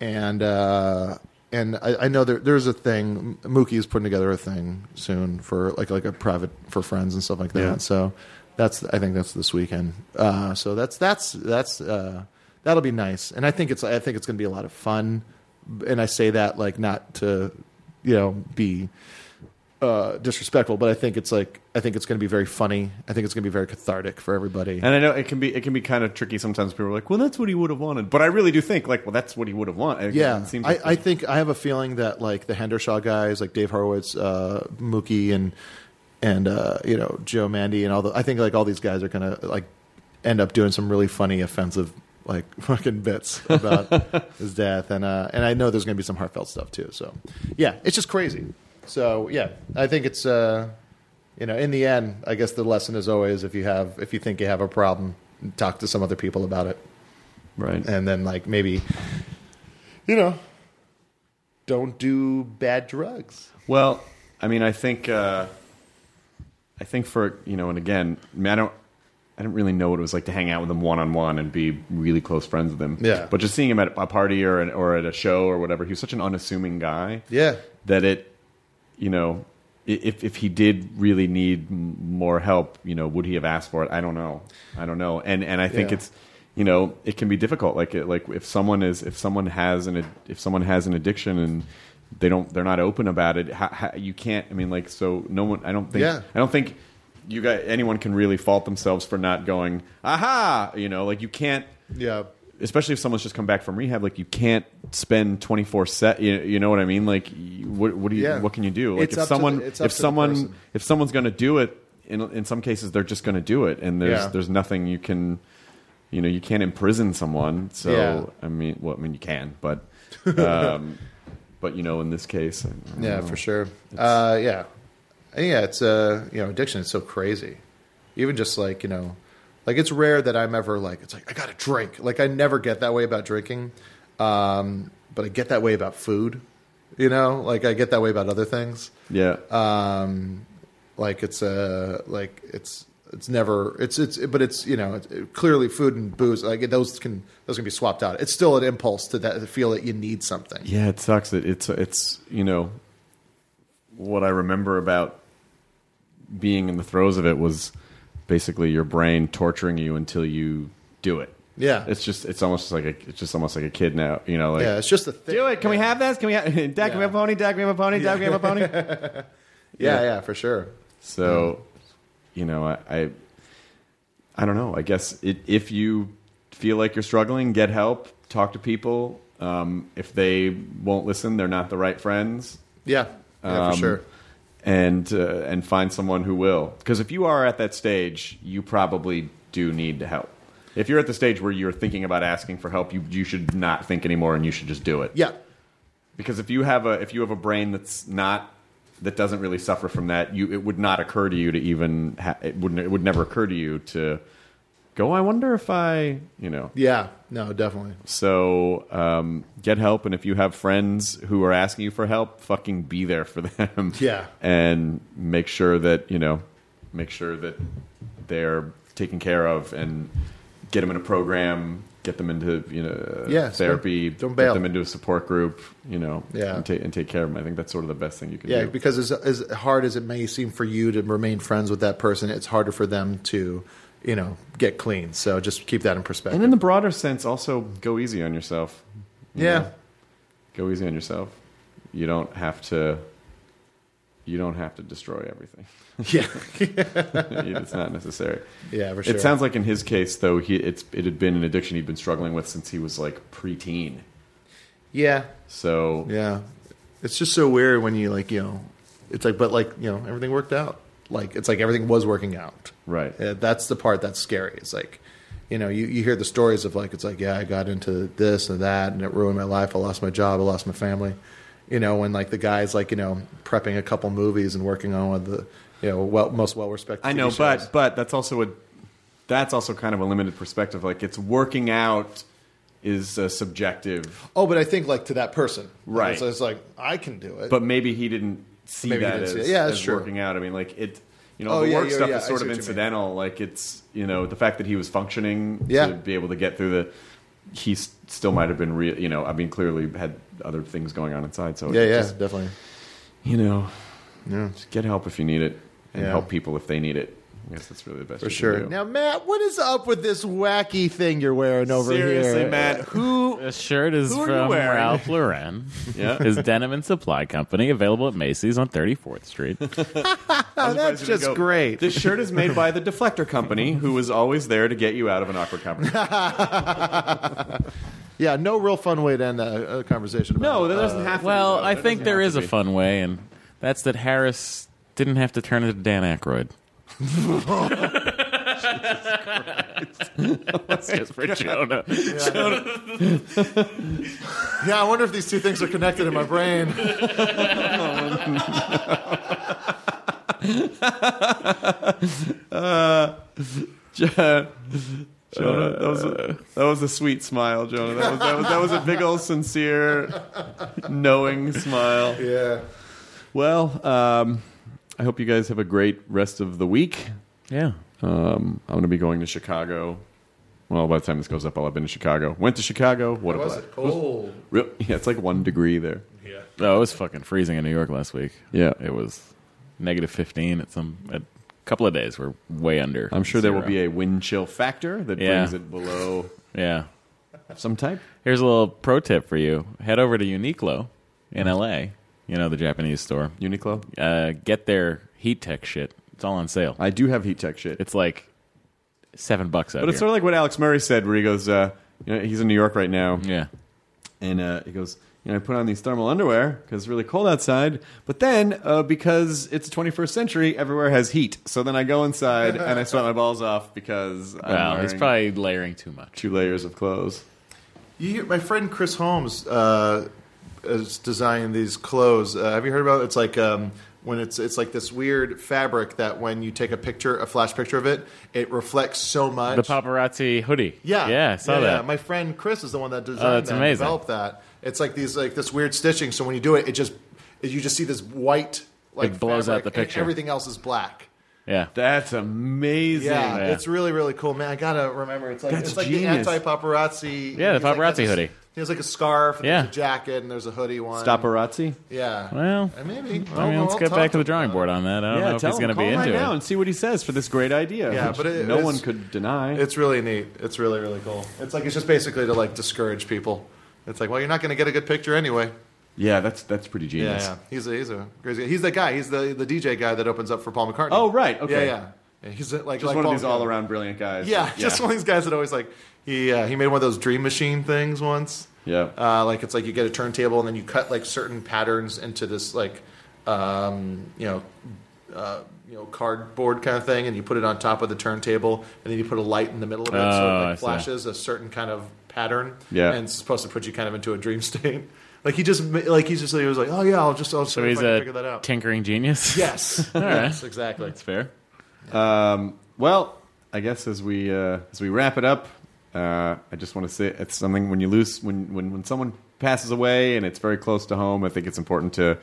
C: and uh, and I, I know there, there's a thing. Mookie is putting together a thing soon for like like a private for friends and stuff like that.
H: Yeah.
C: So that's I think that's this weekend. Uh, so that's that's that's uh, that'll be nice, and I think it's I think it's going to be a lot of fun. And I say that like not to you know be uh, disrespectful, but I think it's like I think it's going to be very funny. I think it's going to be very cathartic for everybody.
B: And I know it can be it can be kind of tricky sometimes. People are like, "Well, that's what he would have wanted," but I really do think like, "Well, that's what he would have wanted." It
C: Yeah,
B: seems
C: I,
B: like
C: I think I have a feeling that like the Hendershaw guys, like Dave Horowitz, uh, Mookie, and and uh, you know Joe Mandy, and all the I think like all these guys are gonna like end up doing some really funny, offensive, like *laughs* fucking bits
B: *laughs*
C: about his death, and uh, and I know there's gonna be some heartfelt stuff too. So yeah, it's just crazy. So yeah, I think it's uh, you know in the end, I guess the lesson is always if you have if you think you have a problem, talk to some other people about it,
B: right?
C: And then like maybe you know, don't do bad drugs.
B: Well, I mean, I think uh, I think for you know, and again, I, mean, I don't I didn't really know what it was like to hang out with him one on one and be really close friends with him.
C: Yeah.
B: But just seeing him at a party or an, or at a show or whatever, he was such an unassuming guy.
C: Yeah.
B: That it, you know, i- if if he did really need m- more help, you know, would he have asked for it? I don't know. I don't know. And and I think
C: Yeah.
B: it's you know it can be difficult like it, like if someone is if someone has an ad- if someone has an addiction and they don't they're not open about it how, how, you can't i mean like so no one i don't think
C: Yeah.
B: i don't think you got anyone can really fault themselves for not going aha you know like you can't
C: Yeah.
B: especially if someone's just come back from rehab like you can't spend 24 set you, you know what i mean like you- what what do you
C: Yeah.
B: what can you do like
C: It's
B: if
C: up to
B: someone
C: the- it's up
B: if
C: to the
B: someone
C: person.
B: if someone's going to do it in in some cases they're just going to do it and there's
C: Yeah.
B: there's nothing you can you know you can't imprison someone so
C: Yeah.
B: i mean well i mean you can
C: *laughs*
B: but um but you know in this case I don't
C: Yeah,
B: know.
C: for sure. Uh, yeah, And yeah. It's uh, you know, addiction is so crazy. Even just like you know, like it's rare that I'm ever like it's like I gotta drink. Like I never get that way about drinking, um, but I get that way about food. You know, like I get that way about other things.
B: yeah
C: um, like it's a like it's it's never it's it's but it's you know it's, it- clearly food and booze like those can those can be swapped out. It's still an impulse to that to feel that you need something.
B: Yeah, it sucks. It, it's it's you know what I remember about being in the throes of it was basically your brain torturing you until you do it.
C: Yeah.
B: it's just it's almost like a it's just almost like a kid now. You know, like
C: yeah, it's just a thing.
J: Do it. Can we have this? Can
B: *laughs*
J: we have Dad, can we have a pony? Dad, can we have a pony? Dad, can we have a pony?
C: Yeah, yeah, for sure.
B: So, you know, I, I, I don't know. I guess it, if you feel like you're struggling, get help. Talk to people. Um, if they won't listen, they're not the right friends.
C: Yeah, yeah, for sure.
B: and uh, and find someone who will. Because if you are at that stage, you probably do need help. If you're at the stage where you're thinking about asking for help, you you should not think anymore and you should just do it.
C: Yeah.
B: Because if you have a if you have a brain that's not that doesn't really suffer from that, you it would not occur to you to even ha- it wouldn't it would never occur to you to go. I wonder if I you know
C: Yeah. No, definitely.
B: so um, get help, and if you have friends who are asking you for help, fucking be there for *laughs* them.
C: Yeah.
B: and make sure that you know, make sure that they're taken care of, and get them in a program, get them into you know
C: Yeah, so
B: therapy,
C: don't
B: get
C: bail.
B: them into a support group, you know,
C: Yeah.
B: and, ta- and take care of them. I think that's sort of the best thing you can
C: Yeah,
B: do.
C: because as, as hard as it may seem for you to remain friends with that person, it's harder for them to, you know, get clean. So just keep that in perspective.
B: And in the broader sense, also go easy on yourself. you
C: Yeah.
B: know? go easy on yourself. You don't have to. You don't have to destroy everything.
C: *laughs*
B: *laughs*
C: Yeah,
B: it's not necessary.
C: Yeah, for
B: It
C: sure.
B: sounds like in his case, though, he it's it had been an addiction he'd been struggling with since he was like preteen.
C: Yeah.
B: So
C: Yeah. It's just so weird when you like, you know, it's like, but like, you know, everything worked out. Like, it's like everything was working out.
B: Right.
C: Uh, that's the part that's scary. It's like, you know, you, you hear the stories of like, it's like, yeah, I got into this and that and it ruined my life. I lost my job. I lost my family. You know, when like the guy's like, you know, prepping a couple movies and working on one of the, you know, well, most well respected.
B: I know, but but that's also a that's also kind of a limited perspective. Like it's working out is uh, subjective,
C: Oh, but I think like to that person.
B: Right.
C: It's, it's like, I can do it.
B: but maybe he didn't see
C: Maybe he
B: that
C: didn't
B: as,
C: see it. Yeah, that's
B: as
C: true.
B: working out. I mean, like it. You know,
C: Oh,
B: the
C: yeah,
B: work
C: yeah,
B: stuff
C: yeah,
B: is
C: I
B: sort of
C: see what you mean.
B: incidental. Like it's you know the fact that he was functioning
C: Yeah.
B: to be able to get through the. He s- still might have been real. You know, I mean, clearly had other things going on inside. So
C: yeah,
B: it
C: yeah,
B: just-
C: definitely.
B: you know,
C: yeah.
B: get help if you need it, and
C: Yeah.
B: help people if they need it. I guess that's really the best
C: For
B: you can
C: sure.
B: do.
C: Now, Matt, what is up with this wacky thing you're wearing over here?
I: Seriously, Matt,
C: *laughs*
B: who
I: The shirt is
C: Who are you
I: from
C: wearing?
B: *laughs*
I: Ralph Lauren.
C: Yeah.
I: His Denim and Supply Company, available at Macy's on
B: *laughs*
I: 34th Street.
B: Oh,
C: that's just great.
B: This shirt is made by the Deflector Company, who was always there to get you out of an awkward conversation.
C: *laughs* Yeah, no real fun way to end a, a conversation. About
B: No, that doesn't have to be,
I: Well,
B: though.
I: I
B: That
I: think
B: doesn't
I: there
B: have
I: is
B: to
I: a
B: be.
I: fun way, and that's that Harris didn't have to turn into Dan
B: *laughs*
I: Aykroyd. *laughs* That's just
B: *laughs*
I: for Jonah. Jonah.
C: yeah, I wonder if these two things are connected in my brain.
B: uh, Jonah, that, was a, that was a sweet smile, Jonah. That was, that was, that was a big old sincere, knowing smile.
C: Yeah.
B: Well, um, I hope you guys have a great rest of the week.
I: Yeah.
B: Um, I'm going to be going to Chicago. Well, by the time this goes up, I'll have been to Chicago. Went to Chicago. What
C: How
B: a
C: was
B: blast.
C: it? Cold.
B: Real- yeah, it's like one degree there.
C: Yeah.
I: No, Oh, it was fucking freezing in New York last week.
B: Yeah.
I: It was negative 15 at some at couple of days. We're way under.
B: I'm sure there will
I: zero.
B: be a wind chill factor that
I: Yeah.
B: brings it below
I: Yeah.
B: some type.
I: Here's a little pro tip for you. Head over to Uniqlo in LA. You know the Japanese store.
B: Uniqlo.
I: Uh, get their heat tech shit. It's all on sale.
B: I do have heat tech shit.
I: It's like seven bucks out
B: But it's
I: here.
B: sort of like what Alex Murray said, where he goes, uh, you know, he's in New York right now.
I: Yeah.
B: And uh, he goes, you know, I put on these thermal underwear because it's really cold outside. But then, uh, because it's 21st century, everywhere has heat. So then I go inside and I sweat my balls off because I'm
I: well, he's
B: wearing
I: probably layering too much.
B: two layers of clothes.
C: You hear, my friend Chris Holmes uh, is designing these clothes. Uh, have you heard about? It? It's like um, when it's it's like this weird fabric that when you take a picture, a flash picture of it, it reflects so much.
I: The paparazzi hoodie.
C: Yeah,
I: Yeah, I saw
C: yeah,
I: that. Oh,
C: yeah. My friend Chris is the one that designed
I: that's
C: that, and
I: amazing.
C: developed that. It's like these like this weird stitching. So when you do it, it just you just see this white like
I: It blows out
C: fabric,
I: the
C: and
I: picture.
C: everything else is black.
I: Yeah.
B: That's amazing.
C: Yeah, it's really really cool, man. I gotta remember. It's like
B: That's
C: it's like
B: genius.
C: the anti paparazzi.
I: Yeah, the paparazzi hoodie.
C: He has like a scarf. And
I: Yeah.
C: there's a jacket and there's a hoodie one.
B: Paparazzi.
C: Yeah.
I: Well,
C: And maybe.
I: I mean,
C: Well,
I: let's
C: I'll
I: get
C: talk
I: back to
C: him
I: the drawing board on that. I don't
B: yeah,
I: know if
B: tell
I: he's
B: him,
I: going to
B: call
I: be
B: him
I: into
B: right
I: it.
B: now and see what he says for this great idea.
C: Yeah,
B: which
C: but it-
B: no
C: it's-
B: one could deny.
C: It's really neat. It's really really cool. It's like it's just basically to like discourage people. It's like, well, you're not going to get a good picture anyway.
B: yeah, that's that's pretty
C: Yeah,
B: genius.
C: yeah. he's a, he's a crazy. He's the guy. He's the the DJ guy that opens up for Paul McCartney.
B: Oh, right. Okay.
C: Yeah, yeah. yeah. He's a- like
B: Just
C: like
B: one
C: Paul
B: of these
C: McCartney.
B: all around brilliant guys.
C: Yeah, *laughs* just one of these guys that always like he uh, he made one of those dream machine things once.
B: Yeah.
C: Uh, like it's like you get a turntable and then you cut like certain patterns into this like um, you know, uh, you know, cardboard kind of thing, and you put it on top of the turntable, and then you put a light in the middle of it, so
I: Oh,
C: it
I: I
C: like,
I: see.
C: flashes a certain kind of pattern.
I: Yeah.
C: and it's supposed to put you kind of into a dream *laughs* state. Like he just, ma- like he just, he was like, oh yeah, I'll just, I'll see
I: So
C: if
I: he's
C: I can
I: a
C: figure that out.
I: tinkering
C: *laughs*
I: genius.
C: Yes.
I: *laughs* All right.
C: Yes, exactly.
I: That's fair.
B: Um, well, I guess as we uh, as we wrap it up, uh, I just want to say it's something when you lose when, when when someone passes away and it's very close to home. I think it's important to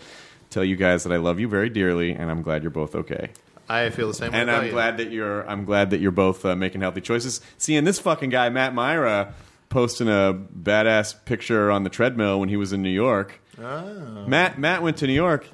B: tell you guys that I love you very dearly and I'm glad you're both okay.
C: I feel the same. way
B: And
C: about
B: I'm
C: you.
B: glad that you're I'm glad that you're both uh, making healthy choices. Seeing this fucking guy Matt Myra posting a badass picture on the treadmill when he was in New York.
C: Oh.
B: Matt Matt went to New York,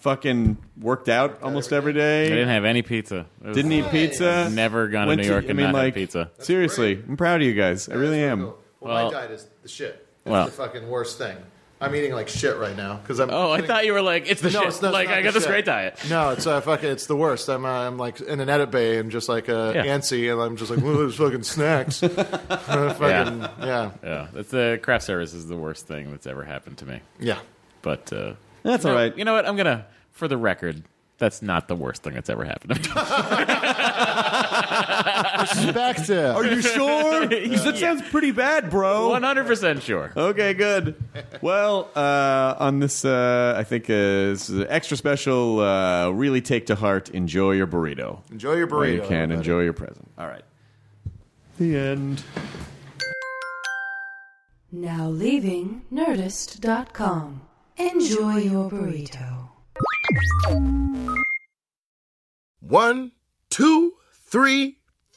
B: fucking worked out almost every day.
I: I didn't have any pizza. It was-
B: Didn't eat pizza.
I: Never gone to
B: Went
I: New York
B: I
I: and
B: mean,
I: not had
B: like,
I: pizza.
B: Seriously, I'm proud of you guys. I really am.
C: Well, my diet is the shit. It's
B: Well.
C: the fucking worst thing. I'm eating like shit right now because I'm.
I: Oh, I thought you were like,
C: *laughs*
I: it's the shit.
C: not-
I: Like,
C: not
I: I
C: the
I: got this
C: shit.
I: great diet.
C: No, it's uh, fucking. It's the worst. I'm uh, I'm like in an edit bay and just like uh,
I: Yeah.
C: antsy, and I'm just like, well, there's fucking snacks. *laughs* fucking yeah. yeah.
I: That's the uh, craft service is the worst thing that's ever happened to me.
C: Yeah.
I: But uh,
B: That's
I: you
B: all
I: know-
B: right.
I: You know what? I'm gonna, for the record, that's not the worst thing that's ever happened. to me. *laughs*
C: Perspective.
B: Are
I: *laughs*
B: you sure? that sounds pretty bad,
I: Oh.
B: bro.
I: 100% sure.
B: Okay, good. Well, uh, on this, uh, I think uh, this is an extra special. Uh, really take to heart. Enjoy your burrito.
C: Enjoy your
B: While you
C: burrito,
B: can
C: everybody.
B: enjoy your present. All right. The end.
N: Now leaving Nerdist.com. Enjoy your burrito.
O: One, two, three,